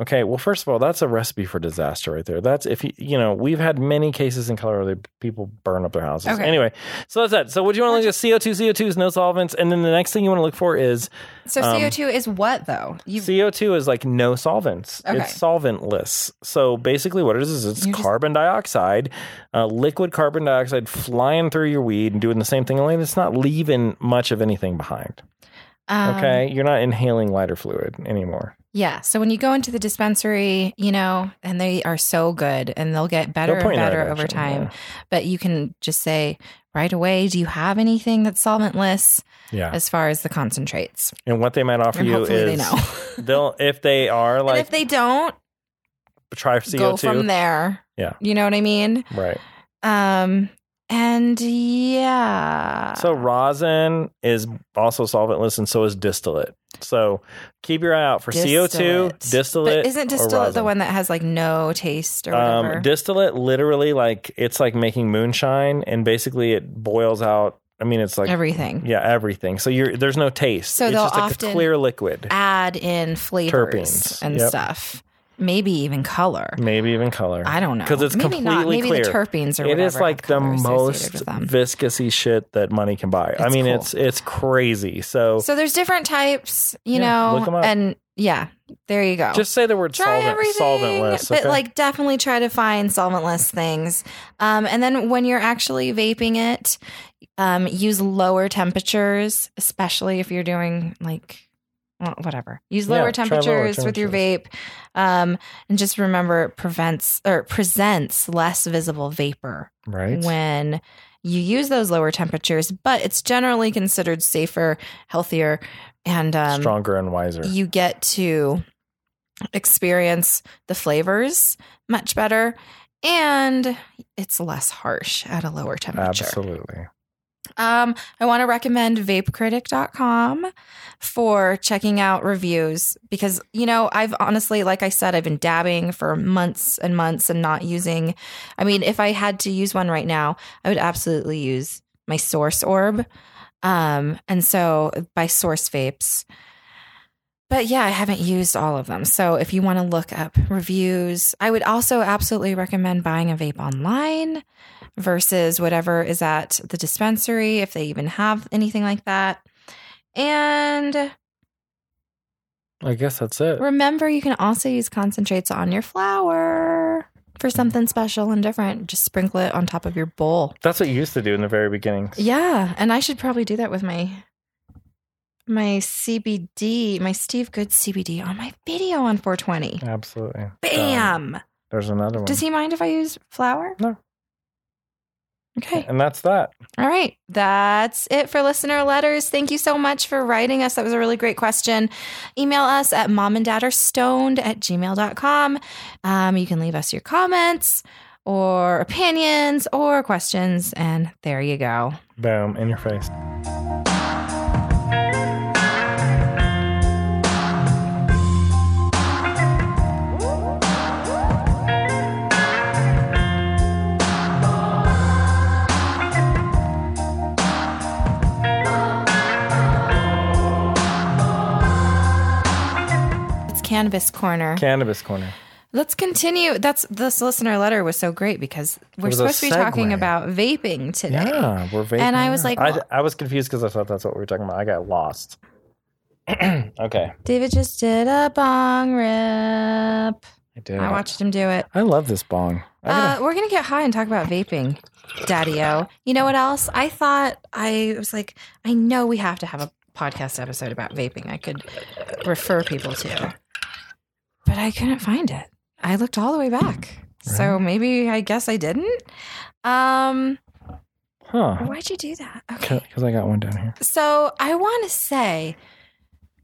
Speaker 2: Okay, well, first of all, that's a recipe for disaster right there. That's if you, you know, we've had many cases in Colorado that people burn up their houses.
Speaker 1: Okay.
Speaker 2: Anyway, so that's that. So, what you want to look at CO2, CO2s, no solvents. And then the next thing you want to look for is
Speaker 1: So
Speaker 2: Um,
Speaker 1: CO2 is what though? You've
Speaker 2: CO2 is like no solvents.
Speaker 1: Okay.
Speaker 2: It's solventless. So basically, what it is is it's
Speaker 1: You just-
Speaker 2: carbon dioxide, uh, liquid carbon dioxide flying through your weed and doing the same thing, only it's not leaving much of anything behind.
Speaker 1: um,
Speaker 2: Okay. You're not inhaling lighter fluid anymore.
Speaker 1: Yeah. So when you go into the dispensary, you know, and they are so good and they'll get better
Speaker 2: They'll point
Speaker 1: and
Speaker 2: in that
Speaker 1: better over
Speaker 2: direction,
Speaker 1: time. But you can just say right away, do you have anything that's solventless
Speaker 2: Yeah.
Speaker 1: as far as the concentrates?
Speaker 2: And what they might offer
Speaker 1: And
Speaker 2: you
Speaker 1: hopefully
Speaker 2: is
Speaker 1: they know.
Speaker 2: will if they are
Speaker 1: and
Speaker 2: like
Speaker 1: if they don't,
Speaker 2: try
Speaker 1: go
Speaker 2: CO2.
Speaker 1: from there.
Speaker 2: Yeah.
Speaker 1: You know what I mean?
Speaker 2: Right.
Speaker 1: Um and yeah.
Speaker 2: So rosin is also solventless, and so is distillate. So keep your eye out for
Speaker 1: Distillate.
Speaker 2: CO2,
Speaker 1: but
Speaker 2: distillate.
Speaker 1: isn't
Speaker 2: or
Speaker 1: distillate the
Speaker 2: rosin.
Speaker 1: one that has like no taste or whatever?
Speaker 2: Um, distillate literally like it's like making moonshine, and basically it boils out. I mean, it's like
Speaker 1: Everything.
Speaker 2: yeah, everything. So you're there's no taste.
Speaker 1: So
Speaker 2: it's
Speaker 1: they'll
Speaker 2: just like
Speaker 1: often
Speaker 2: a clear liquid,
Speaker 1: Add in flavors
Speaker 2: Terpenes.
Speaker 1: and
Speaker 2: Yep.
Speaker 1: stuff. Maybe even color.
Speaker 2: maybe even color.
Speaker 1: I don't know.
Speaker 2: 'Cause it's
Speaker 1: Maybe not.
Speaker 2: completely
Speaker 1: Maybe the
Speaker 2: clear.
Speaker 1: terpenes or
Speaker 2: It is
Speaker 1: whatever
Speaker 2: like
Speaker 1: have
Speaker 2: the
Speaker 1: color associated
Speaker 2: most
Speaker 1: with them.
Speaker 2: viscousy shit that money can buy. I
Speaker 1: It's
Speaker 2: mean,
Speaker 1: cool.
Speaker 2: it's it's crazy. So,
Speaker 1: so there's different types, you
Speaker 2: Yeah,
Speaker 1: know,
Speaker 2: look 'em up.
Speaker 1: and yeah, there you go.
Speaker 2: just say the word
Speaker 1: try
Speaker 2: solvent,
Speaker 1: everything,
Speaker 2: solventless.
Speaker 1: but
Speaker 2: okay?
Speaker 1: like definitely try to find solventless things. Um, and then when you're actually vaping it, um, use lower temperatures, especially if you're doing like. Well, whatever. Use
Speaker 2: Yeah,
Speaker 1: lower,
Speaker 2: try
Speaker 1: temperatures
Speaker 2: lower
Speaker 1: with your vape, um, and just remember it prevents or presents less visible vapor
Speaker 2: right.
Speaker 1: when you use those lower temperatures, but it's generally considered safer, healthier, and um,
Speaker 2: stronger and wiser.
Speaker 1: you get to experience the flavors much better. And it's less harsh at a lower temperature.
Speaker 2: Absolutely.
Speaker 1: Um, I want to recommend vapecritic.com for checking out reviews because, you know, I've honestly, like I said, I've been dabbing for months and months and not using. I mean, if I had to use one right now, I would absolutely use my Source Orb. Um, and so by Source Vapes. But yeah, I haven't used all of them. So if you want to look up reviews, I would also absolutely recommend buying a vape online versus whatever is at the dispensary, if they even have anything like that. And
Speaker 2: I guess that's it.
Speaker 1: remember, you can also use concentrates on your flour for something special and different. Just sprinkle it on top of your bowl.
Speaker 2: That's what you used to do in the very beginning.
Speaker 1: Yeah, and I should probably do that with my my CBD, my Steve Good CBD on my video on 420.
Speaker 2: Absolutely.
Speaker 1: Bam.
Speaker 2: There's another one.
Speaker 1: Does he mind if I use flour?
Speaker 2: No.
Speaker 1: Okay.
Speaker 2: and that's that.
Speaker 1: All right. That's it for listener letters. Thank you so much for writing us. That was a really great question. Email us at mom and dad are stoned at gmail.com. Um, you can leave us your comments or opinions or questions. And there you go.
Speaker 2: Boom, in your face.
Speaker 1: It's Cannabis Corner.
Speaker 2: Cannabis corner.
Speaker 1: Let's continue. That's this listener letter was so great because we're
Speaker 2: was a
Speaker 1: supposed to be talking
Speaker 2: segue.
Speaker 1: about vaping today.
Speaker 2: Yeah, we're vaping.
Speaker 1: And I was like,
Speaker 2: I,
Speaker 1: well-
Speaker 2: I was confused because I thought that's what we were talking about. I got lost. okay,
Speaker 1: David just did a bong rip.
Speaker 2: I did.
Speaker 1: I watched him do it.
Speaker 2: I love this bong. I gotta-
Speaker 1: Uh, we're gonna get high and talk about vaping, Daddy O. You know what else? I thought I was like, I know we have to have a podcast episode about vaping. I could refer people to, but I couldn't find it. I looked all the way back, so maybe I guess I didn't. Um,
Speaker 2: huh?
Speaker 1: why'd you do that? Okay,
Speaker 2: Because I got one down here.
Speaker 1: so I want to say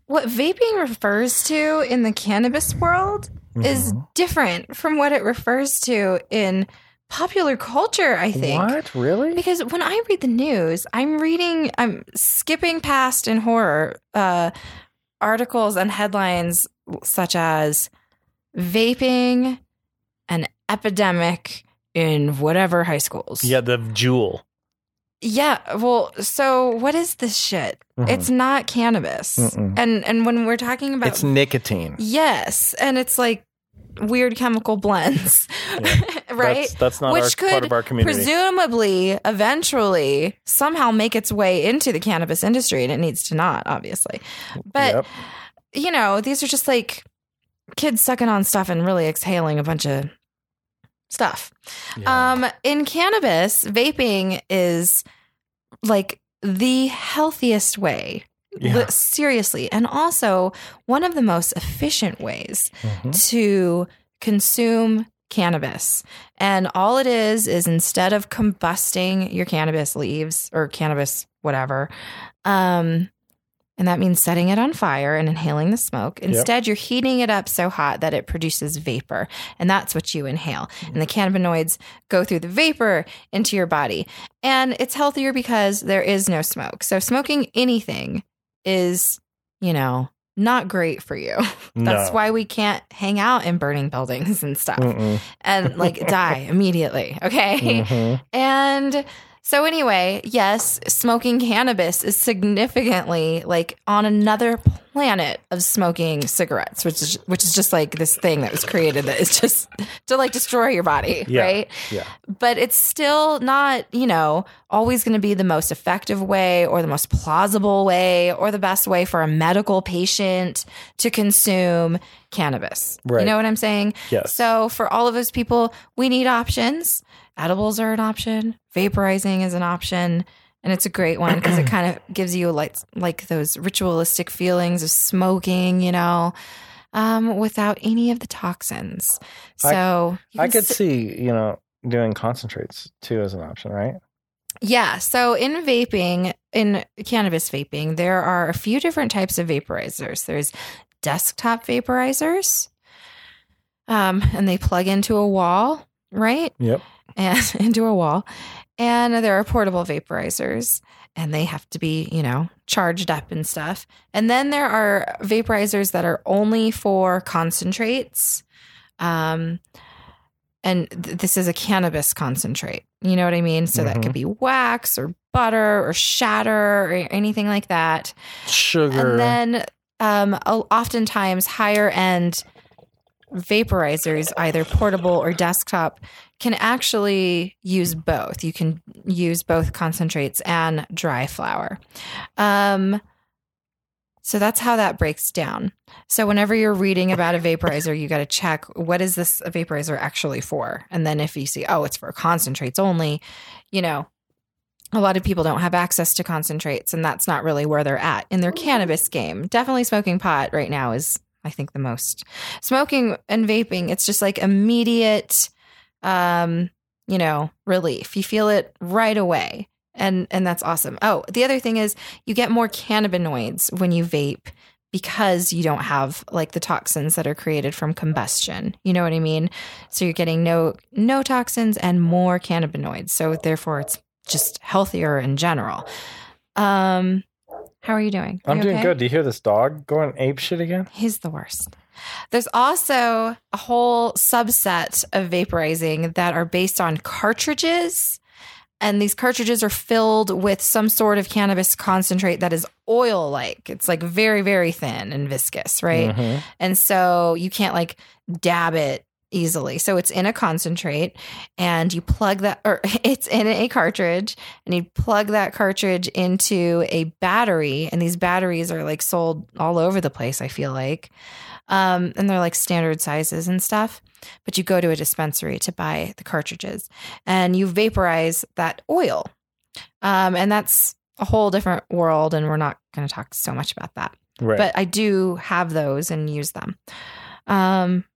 Speaker 1: what vaping refers to in the cannabis world is
Speaker 2: Mhm.
Speaker 1: different from what it refers to in popular culture, I think.
Speaker 2: what really?
Speaker 1: Because when I read the news, I'm reading, I'm skipping past in horror uh, articles and headlines such as vaping an epidemic in whatever high schools.
Speaker 2: Yeah, the jewel.
Speaker 1: Yeah. Well, so what is this shit?
Speaker 2: Mhm.
Speaker 1: It's not cannabis.
Speaker 2: Mm-mm.
Speaker 1: And and when we're talking about
Speaker 2: it's Mm-hmm. nicotine.
Speaker 1: Yes. And it's like weird chemical blends,
Speaker 2: Yeah.
Speaker 1: right?
Speaker 2: That's, that's not
Speaker 1: Which
Speaker 2: our,
Speaker 1: could
Speaker 2: part of our community.
Speaker 1: Presumably, eventually, somehow make its way into the cannabis industry, and it needs to not, obviously. But
Speaker 2: Yep.
Speaker 1: you know, these are just like kids sucking on stuff and really exhaling a bunch of stuff.
Speaker 2: Yeah.
Speaker 1: Um, in cannabis, vaping is like the healthiest way.
Speaker 2: Yeah.
Speaker 1: li- Seriously, and also one of the most efficient ways
Speaker 2: Mhm.
Speaker 1: to consume cannabis. And all it is is instead of combusting your cannabis leaves or cannabis whatever, um, and that means setting it on fire and inhaling the smoke. Instead, you're heating it up so hot that it produces vapor, and that's what you inhale. And the cannabinoids go through the vapor into your body. And it's healthier because there is no smoke. So, smoking anything is, you know, not great for you. That's
Speaker 2: No. Mm.
Speaker 1: why we can't hang out in burning buildings and stuff
Speaker 2: Mm-mm.
Speaker 1: and like die immediately. Okay.
Speaker 2: Mhm.
Speaker 1: And so, anyway, yes, smoking cannabis is significantly like on another planet of smoking cigarettes, which is which is just like this thing that was created that is just to like destroy your body,
Speaker 2: Yeah.
Speaker 1: right?
Speaker 2: Yeah.
Speaker 1: But it's still not, you know, always going to be the most effective way or the most plausible way or the best way for a medical patient to consume cannabis.
Speaker 2: Right.
Speaker 1: You know what I'm saying?
Speaker 2: Yes.
Speaker 1: So for all of those people, we need options. Edibles are an option. Vaporizing is an option, and it's a great one because it kind of gives you like like those ritualistic feelings of smoking, you know, um, without any of the toxins.
Speaker 2: I-
Speaker 1: So you
Speaker 2: I
Speaker 1: can
Speaker 2: could
Speaker 1: s-
Speaker 2: see, you know, doing concentrates too as an option, right?
Speaker 1: Yeah. So in vaping, in cannabis vaping, there are a few different types of vaporizers. There's desktop vaporizers, um, and they plug into a wall, right?
Speaker 2: Yep.
Speaker 1: And into a wall. And there are portable vaporizers, and they have to be, you know, charged up and stuff. And then there are vaporizers that are only for concentrates. Um, and th- this is a cannabis concentrate. You know what I mean? So that
Speaker 2: Mhm.
Speaker 1: could be wax or butter or shatter or anything like that. And
Speaker 2: Sugar.
Speaker 1: then um, o- oftentimes higher end vaporizers, either portable or desktop, can actually use both. You can use both concentrates and dry flour. Um, so that's how that breaks down. So whenever you're reading about a vaporizer, you got to check what is this vaporizer actually for? And then if you see, oh, it's for concentrates only, you know, a lot of people don't have access to concentrates and that's not really where they're at in their cannabis game definitely smoking pot right now is i think the most smoking and vaping it's just like immediate um you know relief you feel it right away and and that's awesome oh the other thing is you get more cannabinoids when you vape because you don't have like the toxins that are created from combustion you know what i mean so you're getting no no toxins and more cannabinoids so therefore it's just healthier in general. Um, how are you doing?
Speaker 2: I'm
Speaker 1: You
Speaker 2: doing
Speaker 1: okay?
Speaker 2: good. Do you hear this dog going ape shit again?
Speaker 1: He's the worst. There's also a whole subset of vaporizing that are based on cartridges. And these cartridges are filled with some sort of cannabis concentrate that is oil like. It's like very, very thin and viscous, right?
Speaker 2: Mhm.
Speaker 1: And so you can't like dab it easily. So it's in a concentrate and you plug that, or it's in a cartridge and you plug that cartridge into a battery. And these batteries are like sold all over the place, I feel like. Um, and they're like standard sizes and stuff. But you go to a dispensary to buy the cartridges and you vaporize that oil. Um, and that's a whole different world. And we're not going to talk so much about that
Speaker 2: Right.
Speaker 1: but I do have those and use them. Um,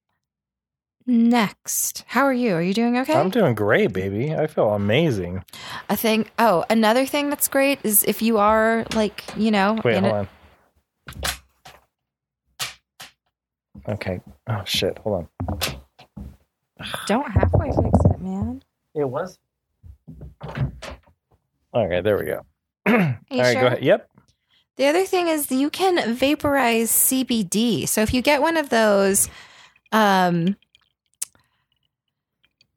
Speaker 1: next, how are you? Are you doing okay?
Speaker 2: I'm doing great, baby. I feel amazing.
Speaker 1: I think. Oh, another thing that's great is if you are like you know,
Speaker 2: Wait,
Speaker 1: in
Speaker 2: hold
Speaker 1: a-
Speaker 2: on. Okay. Oh shit. Hold on.
Speaker 1: don't halfway fix it, man.
Speaker 2: It was. Okay, there we go.
Speaker 1: Are
Speaker 2: All
Speaker 1: you
Speaker 2: right,
Speaker 1: sure?
Speaker 2: go ahead. Yep.
Speaker 1: The other thing is you can vaporize CBD. So if you get one of those um,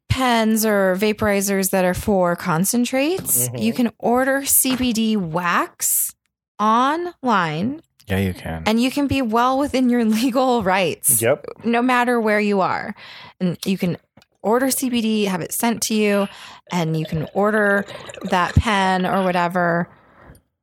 Speaker 1: pens or vaporizers that are for
Speaker 2: Mm-hmm.
Speaker 1: concentrates,
Speaker 2: Mhm.
Speaker 1: you can order CBD wax online
Speaker 2: Yeah, you can.
Speaker 1: and you can be well within your legal rights
Speaker 2: Yep.
Speaker 1: no matter where you are. And you can order CBD, have it sent to you, and you can order that pen or whatever,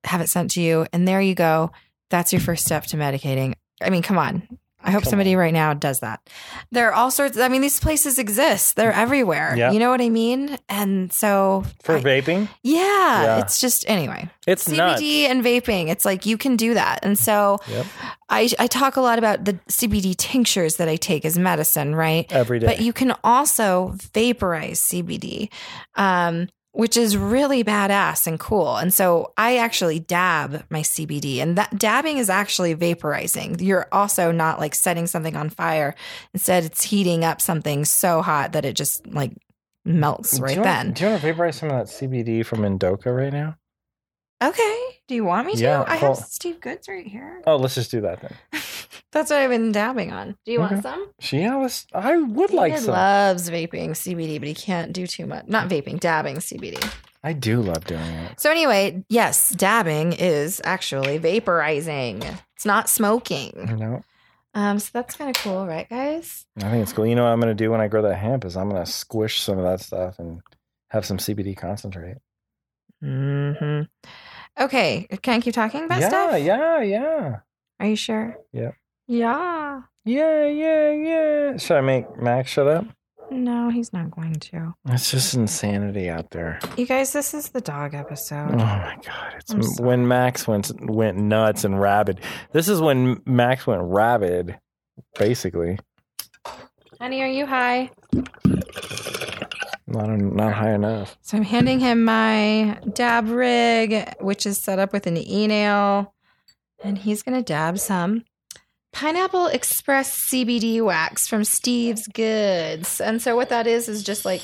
Speaker 1: have it sent to you. And there you go. That's your first step to medicating. I mean, come on. I hope
Speaker 2: Come
Speaker 1: somebody right now does that. There are all sorts. I mean, these places exist. They're everywhere.
Speaker 2: Yeah.
Speaker 1: You know what I mean? And so,
Speaker 2: For
Speaker 1: I-
Speaker 2: vaping,
Speaker 1: yeah,
Speaker 2: Yeah.
Speaker 1: it's just anyway.
Speaker 2: it's
Speaker 1: CBD
Speaker 2: nuts.
Speaker 1: and vaping. It's like you can do that. And so
Speaker 2: Yep.
Speaker 1: I, I talk a lot about the CBD tinctures that I take as medicine, right?
Speaker 2: every day.
Speaker 1: But you can also vaporize CBD, um, which is really badass and cool. And so I actually dab my CBD, and that dabbing is actually vaporizing. You're also not like setting something on fire. Instead, it's heating up something so hot that it just like melts
Speaker 2: Do
Speaker 1: right
Speaker 2: you wanna-
Speaker 1: then.
Speaker 2: do you want to vaporize some of that CBD from Indoka right now?
Speaker 1: Okay. Do you want me to?
Speaker 2: Yeah,
Speaker 1: I have
Speaker 2: well-
Speaker 1: Steve Goods right here.
Speaker 2: Oh, let's just do that then.
Speaker 1: That's what I've been dabbing on. Do you
Speaker 2: Okay.
Speaker 1: want some?
Speaker 2: She, yeah, let's, I would like
Speaker 1: David
Speaker 2: some.
Speaker 1: loves vaping CBD, but he can't do too much. Not vaping, dabbing CBD.
Speaker 2: I do love doing it.
Speaker 1: So anyway, yes, dabbing is actually vaporizing. It's not smoking.
Speaker 2: You know,
Speaker 1: Um, so that's kind of cool, right, guys?
Speaker 2: I think it's cool. You know what I'm going to do when I grow that hemp is I'm going to squish some of that stuff and have some CBD concentrate.
Speaker 1: Mm-hmm. Okay, can I keep talking about
Speaker 2: yeah,
Speaker 1: stuff?
Speaker 2: yeah, yeah.
Speaker 1: Are you sure?
Speaker 2: Yeah.
Speaker 1: Yeah.
Speaker 2: Yeah, yeah, yeah. Should I make Max shut up?
Speaker 1: No, he's not going to.
Speaker 2: It's just insanity out there.
Speaker 1: You guys, this is the dog
Speaker 2: Oh
Speaker 1: episode.
Speaker 2: my god! It's
Speaker 1: I'm sorry.
Speaker 2: when Max went went nuts and rabid. This is when Max went rabid, basically.
Speaker 1: Honey, are you high?
Speaker 2: Not not high enough.
Speaker 1: So I'm handing him my dab rig, which is set up with an e nail, and he's going to dab some Pineapple Express CBD wax from Steve's Goods. And so what that is is just like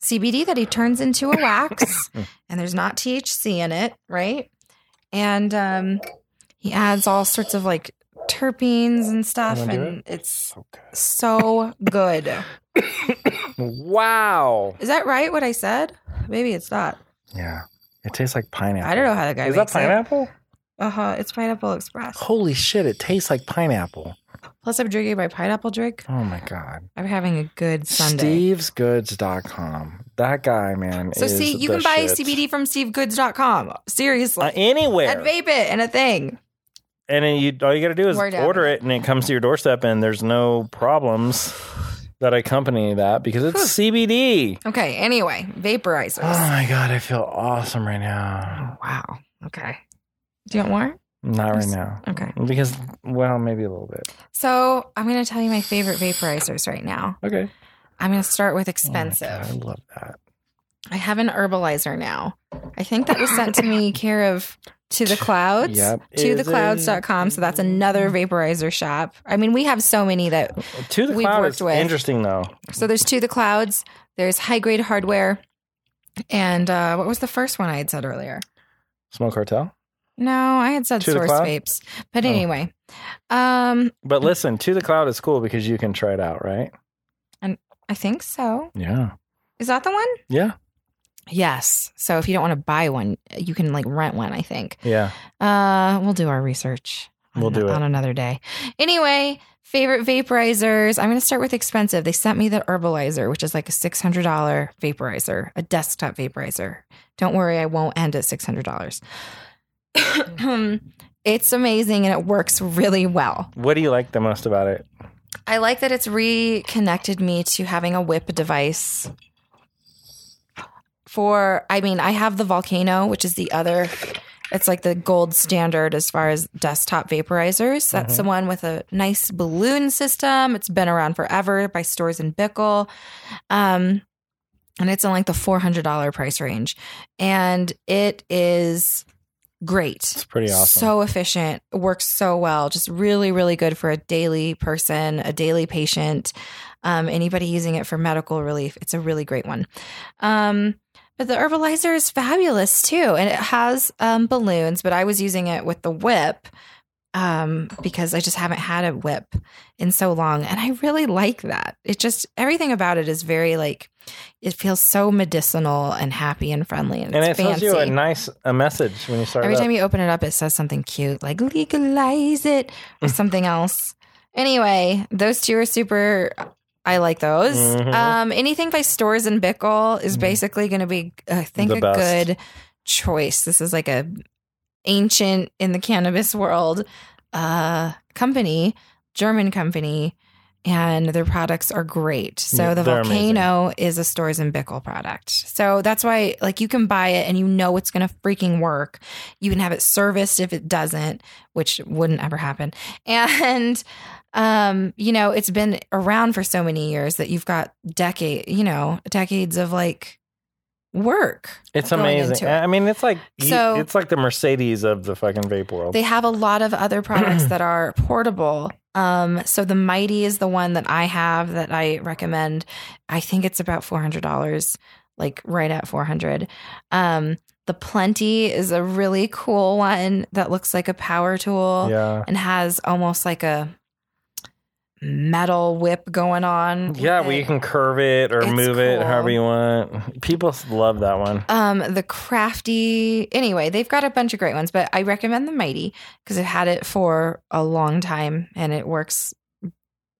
Speaker 1: CBD that he turns into a wax, and there's not THC in it, right? And um, he adds all sorts of like terpenes and stuff,
Speaker 2: Wanna do
Speaker 1: and it's
Speaker 2: So good.
Speaker 1: so good.
Speaker 2: Wow.
Speaker 1: Is that right? What I said? Maybe it's not.
Speaker 2: Yeah. It tastes like pineapple.
Speaker 1: I don't know how that guy
Speaker 2: Is that
Speaker 1: makes it.
Speaker 2: pineapple?
Speaker 1: Uh huh. It's Pineapple Express.
Speaker 2: Holy shit, it tastes like pineapple.
Speaker 1: Plus, I'm drinking my pineapple drink.
Speaker 2: Oh my god.
Speaker 1: I'm having a good Sunday.
Speaker 2: Stevesgoods.com. That guy, man.
Speaker 1: so
Speaker 2: is
Speaker 1: see, you
Speaker 2: the
Speaker 1: can buy
Speaker 2: shit.
Speaker 1: CBD from SteveGoods.com. Seriously,
Speaker 2: Uh, anywhere.
Speaker 1: and vape it and a thing.
Speaker 2: and then you all you got to do is
Speaker 1: Word up.
Speaker 2: order it, and it comes to your doorstep, and there's no problems that accompany that because it's CBD.
Speaker 1: Okay. Anyway,
Speaker 2: Oh
Speaker 1: vaporizers.
Speaker 2: my god, I feel awesome right now.
Speaker 1: wow. Okay. Do you want more?
Speaker 2: Not right now
Speaker 1: Okay.
Speaker 2: because well, maybe a little bit.
Speaker 1: So I'm going to tell you my favorite vaporizers right now.
Speaker 2: Okay,
Speaker 1: I'm going to start with
Speaker 2: Oh my God,
Speaker 1: expensive.
Speaker 2: I love that.
Speaker 1: I have an herbalizer now. I think that was sent to me care of to the clouds.
Speaker 2: Yep.
Speaker 1: To
Speaker 2: Is
Speaker 1: the clouds.com. So that's another vaporizer shop. I mean, we have so many that
Speaker 2: To the
Speaker 1: We've
Speaker 2: cloud
Speaker 1: worked
Speaker 2: is
Speaker 1: with.
Speaker 2: interesting though.
Speaker 1: So there's two the clouds. There's high grade hardware, and uh, what was the first one I had said earlier?
Speaker 2: Smoke cartel.
Speaker 1: No, I had said
Speaker 2: To the
Speaker 1: source
Speaker 2: cloud?
Speaker 1: vapes. But
Speaker 2: Oh.
Speaker 1: anyway, um,
Speaker 2: But listen, to the cloud is cool because you can try it out, right?
Speaker 1: I think so.
Speaker 2: Yeah.
Speaker 1: Is that the one?
Speaker 2: Yeah.
Speaker 1: Yes. So if you don't want to buy one, you can like rent one. I think.
Speaker 2: Yeah.
Speaker 1: Uh, we'll do our research. on
Speaker 2: We'll
Speaker 1: an-
Speaker 2: do it.
Speaker 1: on another day. Anyway, favorite vaporizers. I'm going to start with expensive. They sent me the Herbalizer, which is like a $600 vaporizer, a desktop vaporizer. Don't worry, I won't end at $600. Um, it's amazing and it works really well.
Speaker 2: What do you like the most about it?
Speaker 1: I like that it's reconnected me to having a whip device. For I mean, I have the volcano, which is the other it's like the gold standard as far as desktop vaporizers. That's the one with a nice balloon system. It's been around forever by Stores and Bickle. Um and it's in like the $400 price range. And it is great.
Speaker 2: It's pretty awesome.
Speaker 1: So efficient, works so well, just really, really good for a daily person, a daily patient, um, anybody using it for medical relief. It's a really great one. Um, but the herbalizer is fabulous too, and it has um, balloons. But I was using it with the whip. um, because I just haven't had a whip in so long. And I really like that. It just, everything about it is very like, it feels so medicinal and happy and friendly. And,
Speaker 2: and it
Speaker 1: it's
Speaker 2: tells
Speaker 1: fancy.
Speaker 2: you a nice a message when you start.
Speaker 1: Every
Speaker 2: it up.
Speaker 1: time you open it up, it says something cute, like legalize it
Speaker 2: Mm.
Speaker 1: or something else. Anyway, those two are super. I like those.
Speaker 2: Mhm.
Speaker 1: Um, anything by Stores and Bickle is
Speaker 2: Mhm.
Speaker 1: basically going to be, I think,
Speaker 2: The
Speaker 1: a
Speaker 2: best.
Speaker 1: good choice. This is like a ancient in the cannabis world uh, company, German company, and their products are great. So
Speaker 2: Yeah,
Speaker 1: the
Speaker 2: they're
Speaker 1: volcano is a Stores and Bickle product. So that's why, like, you can buy it and you know it's going to freaking work. You can have it serviced if it doesn't, which wouldn't ever happen. And um, you know, it's been around for so many years that you've got decade, you know, decades of like work.
Speaker 2: It's
Speaker 1: going
Speaker 2: amazing.
Speaker 1: into it.
Speaker 2: I mean, it's like
Speaker 1: So-
Speaker 2: it's like the Mercedes of the fucking vape world.
Speaker 1: They have a lot of other products that are portable. Um, so the Mighty is the one that I have that I recommend. I think it's about four hundred dollars, like right at four hundred. Um, the Plenty is a really cool one that looks like a power tool
Speaker 2: yeah,
Speaker 1: and has almost like a metal whip going on. with
Speaker 2: yeah. Well,
Speaker 1: it.
Speaker 2: you can curve it or
Speaker 1: It's
Speaker 2: move it
Speaker 1: cool.
Speaker 2: however you want. People love that one.
Speaker 1: Um, the crafty. Anyway, they've got a bunch of great ones, but I recommend the mighty because I've had it for a long time and it works.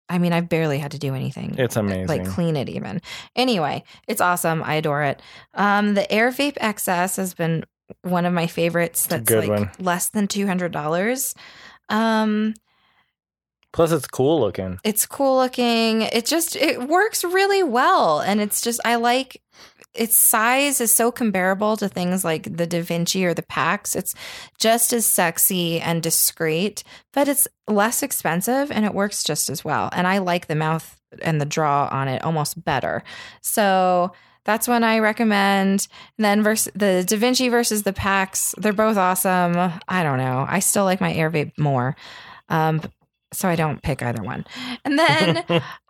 Speaker 1: I mean, I've barely had to do anything,
Speaker 2: It's amazing.
Speaker 1: like clean it even. Anyway, it's awesome. I adore it. Um, the Air Vape XS has been one of my favorites.
Speaker 2: a
Speaker 1: That's
Speaker 2: good
Speaker 1: like
Speaker 2: one.
Speaker 1: less than two hundred dollars. Um,
Speaker 2: Plus, it's cool looking.
Speaker 1: it's cool looking it just it works really well and it's just i like its size is so comparable to things like the da vinci or the pax it's just as sexy and discreet but it's less expensive and it works just as well and i like the mouth and the draw on it almost better so that's when i recommend and then vers the da vinci versus the pax they're both awesome i don't know i still like my air vape more um, so I don't pick either one. And then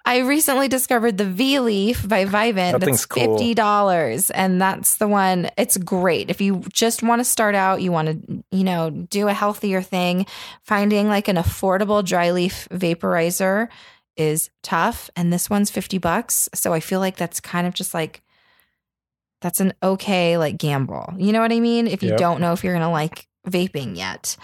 Speaker 1: I recently discovered the V Leaf by Vivint.
Speaker 2: That
Speaker 1: that's
Speaker 2: thing's cool.
Speaker 1: fifty dollars, and that's the one. It's great if you just want to start out. You want to, you know, do a healthier thing. Finding like an affordable dry leaf vaporizer is tough, and this one's fifty bucks. So I feel like that's kind of just like that's an okay like gamble. You know what I mean? If you
Speaker 2: Yep.
Speaker 1: don't know if you're gonna like vaping yet.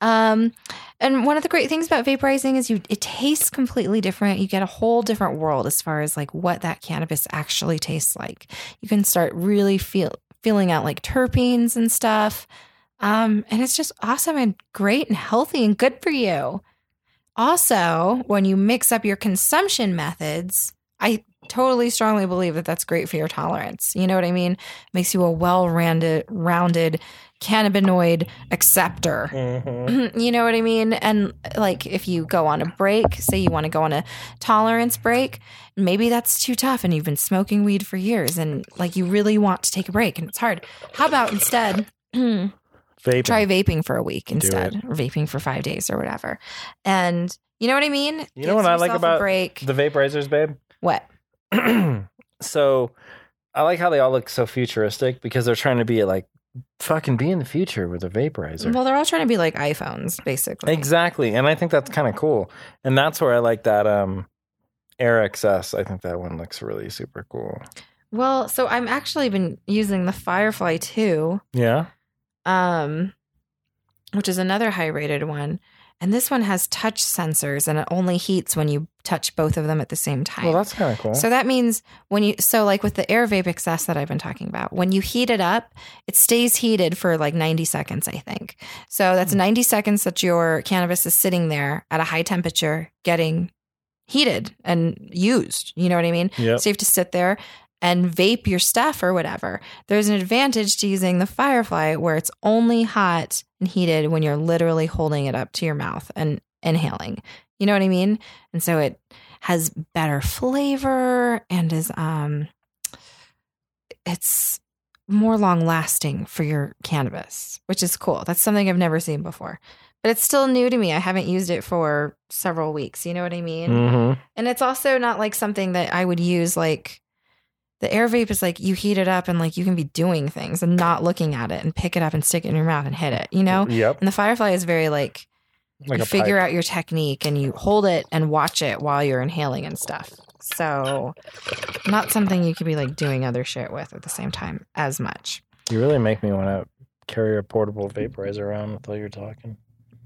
Speaker 1: Um, and one of the great things about vaporizing is you it tastes completely different. You get a whole different world as far as like what that cannabis actually tastes like. You can start really feel feeling out like terpenes and stuff. Um, and it's just awesome and great and healthy and good for you. Also, when you mix up your consumption methods, I totally strongly believe that that's great for your tolerance. You know what I mean? Makes you a well-rounded rounded cannabinoid acceptor
Speaker 2: Mhm.
Speaker 1: you know what I mean? And like if you go on a break, say you want to go on a tolerance break, maybe that's too tough and you've been smoking weed for years and like you really want to take a break and it's hard. How about instead try
Speaker 2: Vaping.
Speaker 1: vaping for a week instead, or vaping for 5 days or whatever. And you know what I mean?
Speaker 2: You know what I like
Speaker 1: yourself a
Speaker 2: about
Speaker 1: break.
Speaker 2: the vaporizers, babe.
Speaker 1: what?
Speaker 2: so I like how they all look so futuristic because they're trying to be like fucking be in the future with a vaporizer.
Speaker 1: Well, they're all trying to be like iPhones basically.
Speaker 2: exactly. And I think that's kind of cool. And that's where I like that um Air XS. I think that one looks really super cool.
Speaker 1: Well, so I'm actually been using the Firefly too.
Speaker 2: Yeah.
Speaker 1: um, which is another high rated one. And this one has touch sensors and it only heats when you touch both of them at the same time.
Speaker 2: Well, that's kind of cool.
Speaker 1: so that means when you, so like with the air vape excess that I've been talking about, when you heat it up, it stays heated for like 90 seconds, I think. So
Speaker 2: Hmm.
Speaker 1: that's 90 seconds that your cannabis is sitting there at a high temperature getting heated and used. You know what I mean?
Speaker 2: yep.
Speaker 1: So you have to sit there and vape your stuff or whatever. There's an advantage to using the Firefly where it's only hot and heated when you're literally holding it up to your mouth and inhaling. You know what I mean? And so it has better flavor and is um it's more long lasting for your cannabis, which is cool. That's something I've never seen before. But it's still new to me. I haven't used it for several weeks. You know what I mean?
Speaker 2: hmm
Speaker 1: And it's also not like something that I would use like the air vape is like you heat it up and like you can be doing things
Speaker 2: Mm-hmm.
Speaker 1: and not looking at it and pick it up and stick it in your mouth and hit it, you know?
Speaker 2: Yep.
Speaker 1: And the firefly is very like
Speaker 2: Like
Speaker 1: you
Speaker 2: a
Speaker 1: figure
Speaker 2: pipe.
Speaker 1: out your technique and you hold it and watch it while you're inhaling and stuff. So, not something you could be like doing other shit with at the same time as much.
Speaker 2: You really make me want to carry a portable vaporizer around with all you're talking.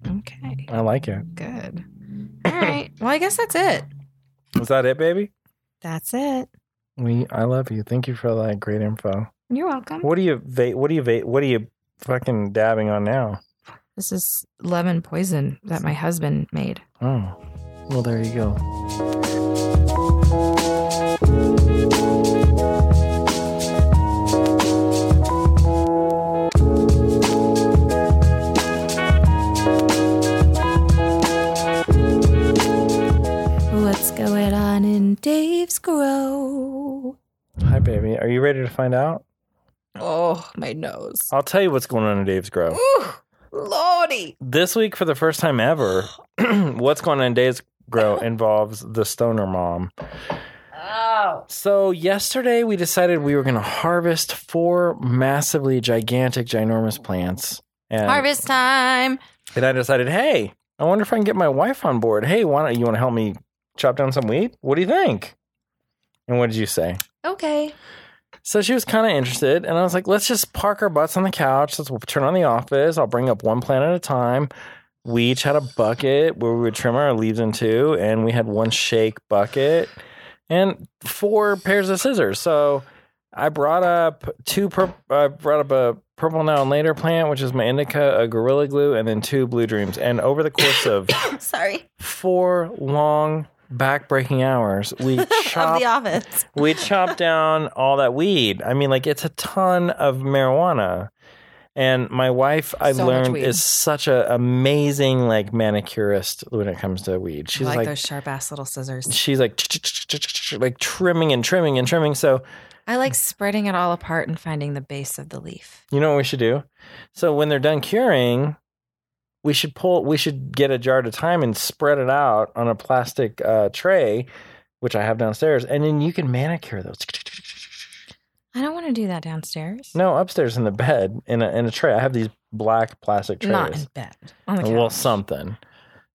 Speaker 1: Okay,
Speaker 2: I like it.
Speaker 1: good. All right. Well, I guess that's it.
Speaker 2: Is that it, baby?
Speaker 1: That's it.
Speaker 2: We I love you. Thank you for all that great info.
Speaker 1: You're welcome.
Speaker 2: What do you va- what do you va- what are you fucking dabbing on now?
Speaker 1: This is lemon poison that my husband made.
Speaker 2: Oh. Well, there you go.
Speaker 1: What's going on in Dave's grow?
Speaker 2: Hi, baby. Are you ready to find out?
Speaker 1: Oh, my nose.
Speaker 2: I'll tell you what's going on in Dave's Grove.
Speaker 1: Ooh, lordy.
Speaker 2: This week, for the first time ever, what's going on in Dave's Grove involves the stoner mom.
Speaker 1: Oh.
Speaker 2: So, yesterday we decided we were going to harvest four massively gigantic, ginormous plants. And,
Speaker 1: Harvest time.
Speaker 2: and I decided, hey, I wonder if I can get my wife on board. Hey, why don't you want to help me chop down some weed? What do you think? And what did you say?
Speaker 1: Okay.
Speaker 2: So she was kind of interested, and I was like, let's just park our butts on the couch. Let's turn on the office. I'll bring up one plant at a time. We each had a bucket where we would trim our leaves into, and we had one shake bucket and four pairs of scissors. So I brought up two. Pur- I brought up a purple now and later plant, which is my indica, a gorilla glue, and then two blue dreams. And over the course of
Speaker 1: Sorry.
Speaker 2: four long back-breaking hours, we chopped
Speaker 1: Of the office.
Speaker 2: we chopped down all that weed. I mean, like it's a ton of marijuana. And my wife, I've
Speaker 1: So much
Speaker 2: learned,
Speaker 1: weed.
Speaker 2: is such an amazing like manicurist when it comes to weed. She's
Speaker 1: I like,
Speaker 2: like, Mm.
Speaker 1: those sharp ass little scissors.
Speaker 2: she's like, like trimming and trimming and trimming. So
Speaker 1: I like spreading it all apart and finding the base of the leaf.
Speaker 2: you know what we should do? So when they're done curing, we should pull. We should get a jar at a time and spread it out on a plastic uh, tray, which I have downstairs, and then you can manicure those.
Speaker 1: I don't want to do that downstairs.
Speaker 2: No, upstairs in the bed in a in a tray. I have these black plastic trays.
Speaker 1: Not in bed. On the couch.
Speaker 2: well, something.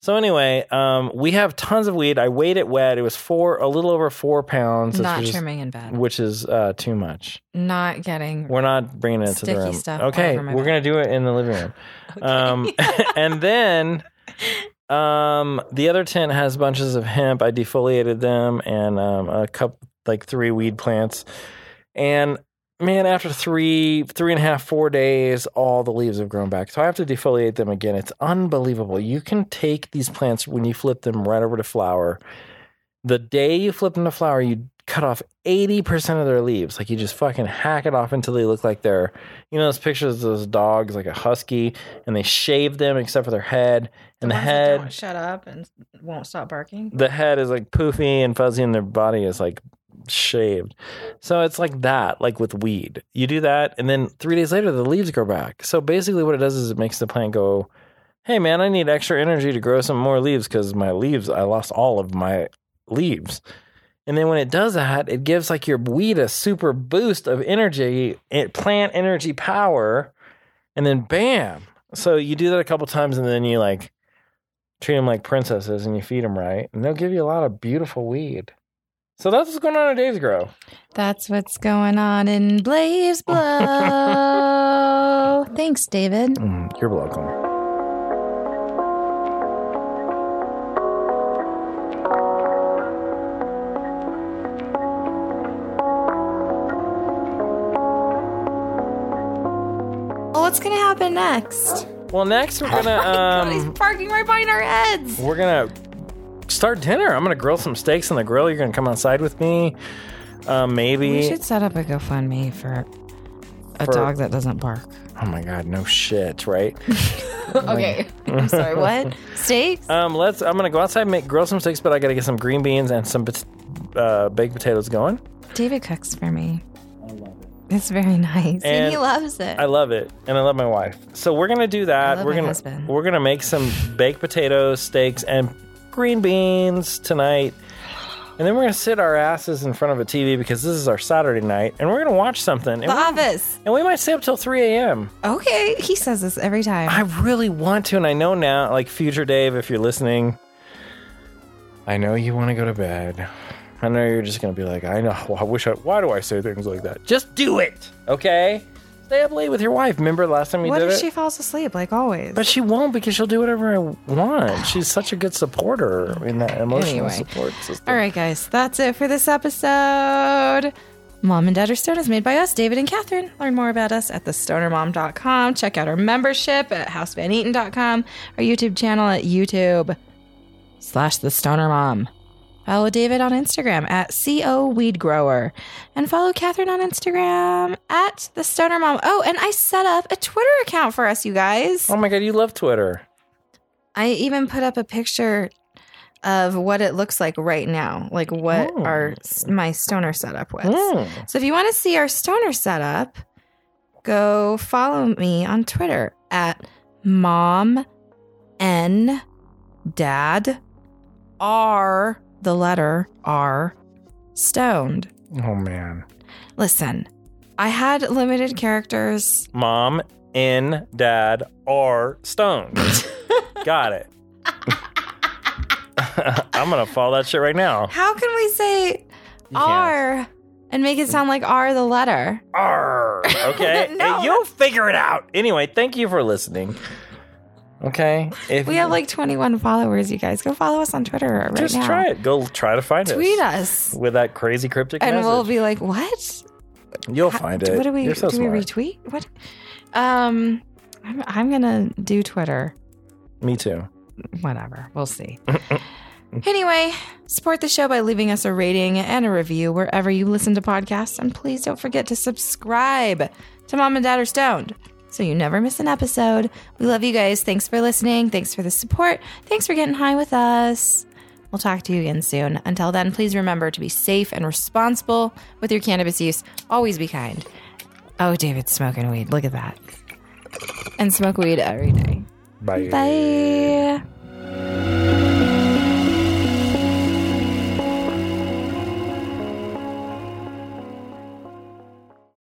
Speaker 2: So anyway, um, we have tons of weed. I weighed it wet. It was four, a little over four pounds, which
Speaker 1: Not
Speaker 2: is-
Speaker 1: trimming in bed.
Speaker 2: which is uh, too much.
Speaker 1: Not getting.
Speaker 2: We're not bringing it into
Speaker 1: Sticky
Speaker 2: the room.
Speaker 1: stuff all
Speaker 2: okay,
Speaker 1: over my
Speaker 2: we're
Speaker 1: back.
Speaker 2: gonna do it in the living room. Um, and then um, the other tent has bunches of hemp. I defoliated them and um, a cup, like three weed plants. And man, after three, three and a half, four days, all the leaves have grown back. So I have to defoliate them again. It's unbelievable. You can take these plants when you flip them right over to flower. The day you flip them to flower, you cut off 80% of their leaves. Like you just fucking hack it off until they look like they're, you know, those pictures of those dogs, like a husky, and they shave them except for their head. And the,
Speaker 1: ones that
Speaker 2: head
Speaker 1: don't shut up and won't stop barking.
Speaker 2: the head is like poofy and fuzzy and their body is like shaved. So it's like that, like with weed. You do that and then 3 days later the leaves grow back. So basically what it does is it makes the plant go, "Hey man, I need extra energy to grow some more leaves cuz my leaves, I lost all of my leaves." And then when it does that, it gives like your weed a super boost of energy, it plant energy power, and then bam. So you do that a couple times and then you like treat them like princesses and you feed them right, and they'll give you a lot of beautiful weed. So that's what's going on at Dave's Grow.
Speaker 1: That's what's going on in Blaze Blow. Thanks, David.
Speaker 2: Mm, you're welcome.
Speaker 1: Well, what's going to happen next?
Speaker 2: Well, next we're gonna
Speaker 1: He's
Speaker 2: um,
Speaker 1: parking right behind our heads.
Speaker 2: we're gonna start dinner. I'm gonna grill some steaks on the grill. You're gonna come outside with me, uh,
Speaker 1: We
Speaker 2: maybe.
Speaker 1: should set up a GoFundMe for a
Speaker 2: For-
Speaker 1: dog that doesn't bark.
Speaker 2: Oh my god, no shit, right?
Speaker 1: Okay. I'm sorry, what? Steaks?
Speaker 2: Um, let's. I'm gonna go outside, and make grill some steaks, but I gotta get some green beans and some pot- uh, baked potatoes going.
Speaker 1: David cooks for me. It's very nice. And,
Speaker 2: And
Speaker 1: he loves it.
Speaker 2: I love it, and I love my wife. So we're gonna do that.
Speaker 1: I love
Speaker 2: we're
Speaker 1: my
Speaker 2: gonna
Speaker 1: husband.
Speaker 2: we're gonna make some baked potatoes, steaks, and green beans tonight, And then we're going to sit our asses in front of a TV because this is our Saturday night and we're going to watch something. And,
Speaker 1: The
Speaker 2: we,
Speaker 1: Office.
Speaker 2: and we might stay up till 3 a.m.
Speaker 1: Okay. He says this every time.
Speaker 2: I really want to. And I know now, like future Dave, if you're listening, I know you want to go to bed. I know you're just going to be like, I know. I wish I, why do I say things like that? Just do it. Okay. Stay up late with your wife. Remember last time you
Speaker 1: What
Speaker 2: did
Speaker 1: if
Speaker 2: it?
Speaker 1: she falls asleep like always?
Speaker 2: But she won't because she'll do whatever I want. She's such a good supporter in that emotional
Speaker 1: Anyway.
Speaker 2: support system.
Speaker 1: All right, guys, that's it for this episode. Mom and Dad Are Stone is made by us, David and Catherine. Learn more about us at thestonermom.com. Check out our membership at housevaneaton.com, our YouTube channel at YouTube slash the Stoner Mom. Follow David on Instagram at CO Weed Grower. And follow Catherine on Instagram at the Stoner Mom. Oh, and I set up a Twitter account for us, you guys.
Speaker 2: Oh my god, you love Twitter.
Speaker 1: I even put up a picture of what it looks like right now, like what
Speaker 2: Oh.
Speaker 1: our my stoner setup was.
Speaker 2: Mm.
Speaker 1: So if you want to see our stoner setup, go follow me on Twitter at mom n dad r the letter r stoned.
Speaker 2: Oh man.
Speaker 1: Listen, I had limited characters.
Speaker 2: Mom and dad are stoned. Got it. I'm gonna follow that shit right now.
Speaker 1: How can we say
Speaker 2: You can't.
Speaker 1: r and make it sound like r the letter?
Speaker 2: Arr. Okay.
Speaker 1: No.
Speaker 2: And you'll figure it out. Anyway, thank you for listening. Okay. If
Speaker 1: We have like 21 followers, you guys. Go follow us on Twitter right
Speaker 2: just
Speaker 1: now.
Speaker 2: try it. Go try to find
Speaker 1: Tweet
Speaker 2: us.
Speaker 1: us.
Speaker 2: With that crazy cryptic
Speaker 1: And
Speaker 2: message.
Speaker 1: we'll be like, what?
Speaker 2: You'll
Speaker 1: How-
Speaker 2: find
Speaker 1: do-
Speaker 2: it.
Speaker 1: What do we
Speaker 2: You're so
Speaker 1: do?
Speaker 2: smart.
Speaker 1: We retweet? What? Um, I'm, I'm gonna do Twitter.
Speaker 2: Me too.
Speaker 1: Whatever. We'll see. anyway, support the show by leaving us a rating and a review wherever you listen to podcasts, and please don't forget to subscribe to Mom and Dad Are Stoned. So you never miss an episode. We love you guys. Thanks for listening. Thanks for the support. Thanks for getting high with us. We'll talk to you again soon. Until then, please remember to be safe and responsible with your cannabis use. Always be kind. Oh, David's smoking weed. Look at that. And smoke weed every day. Bye.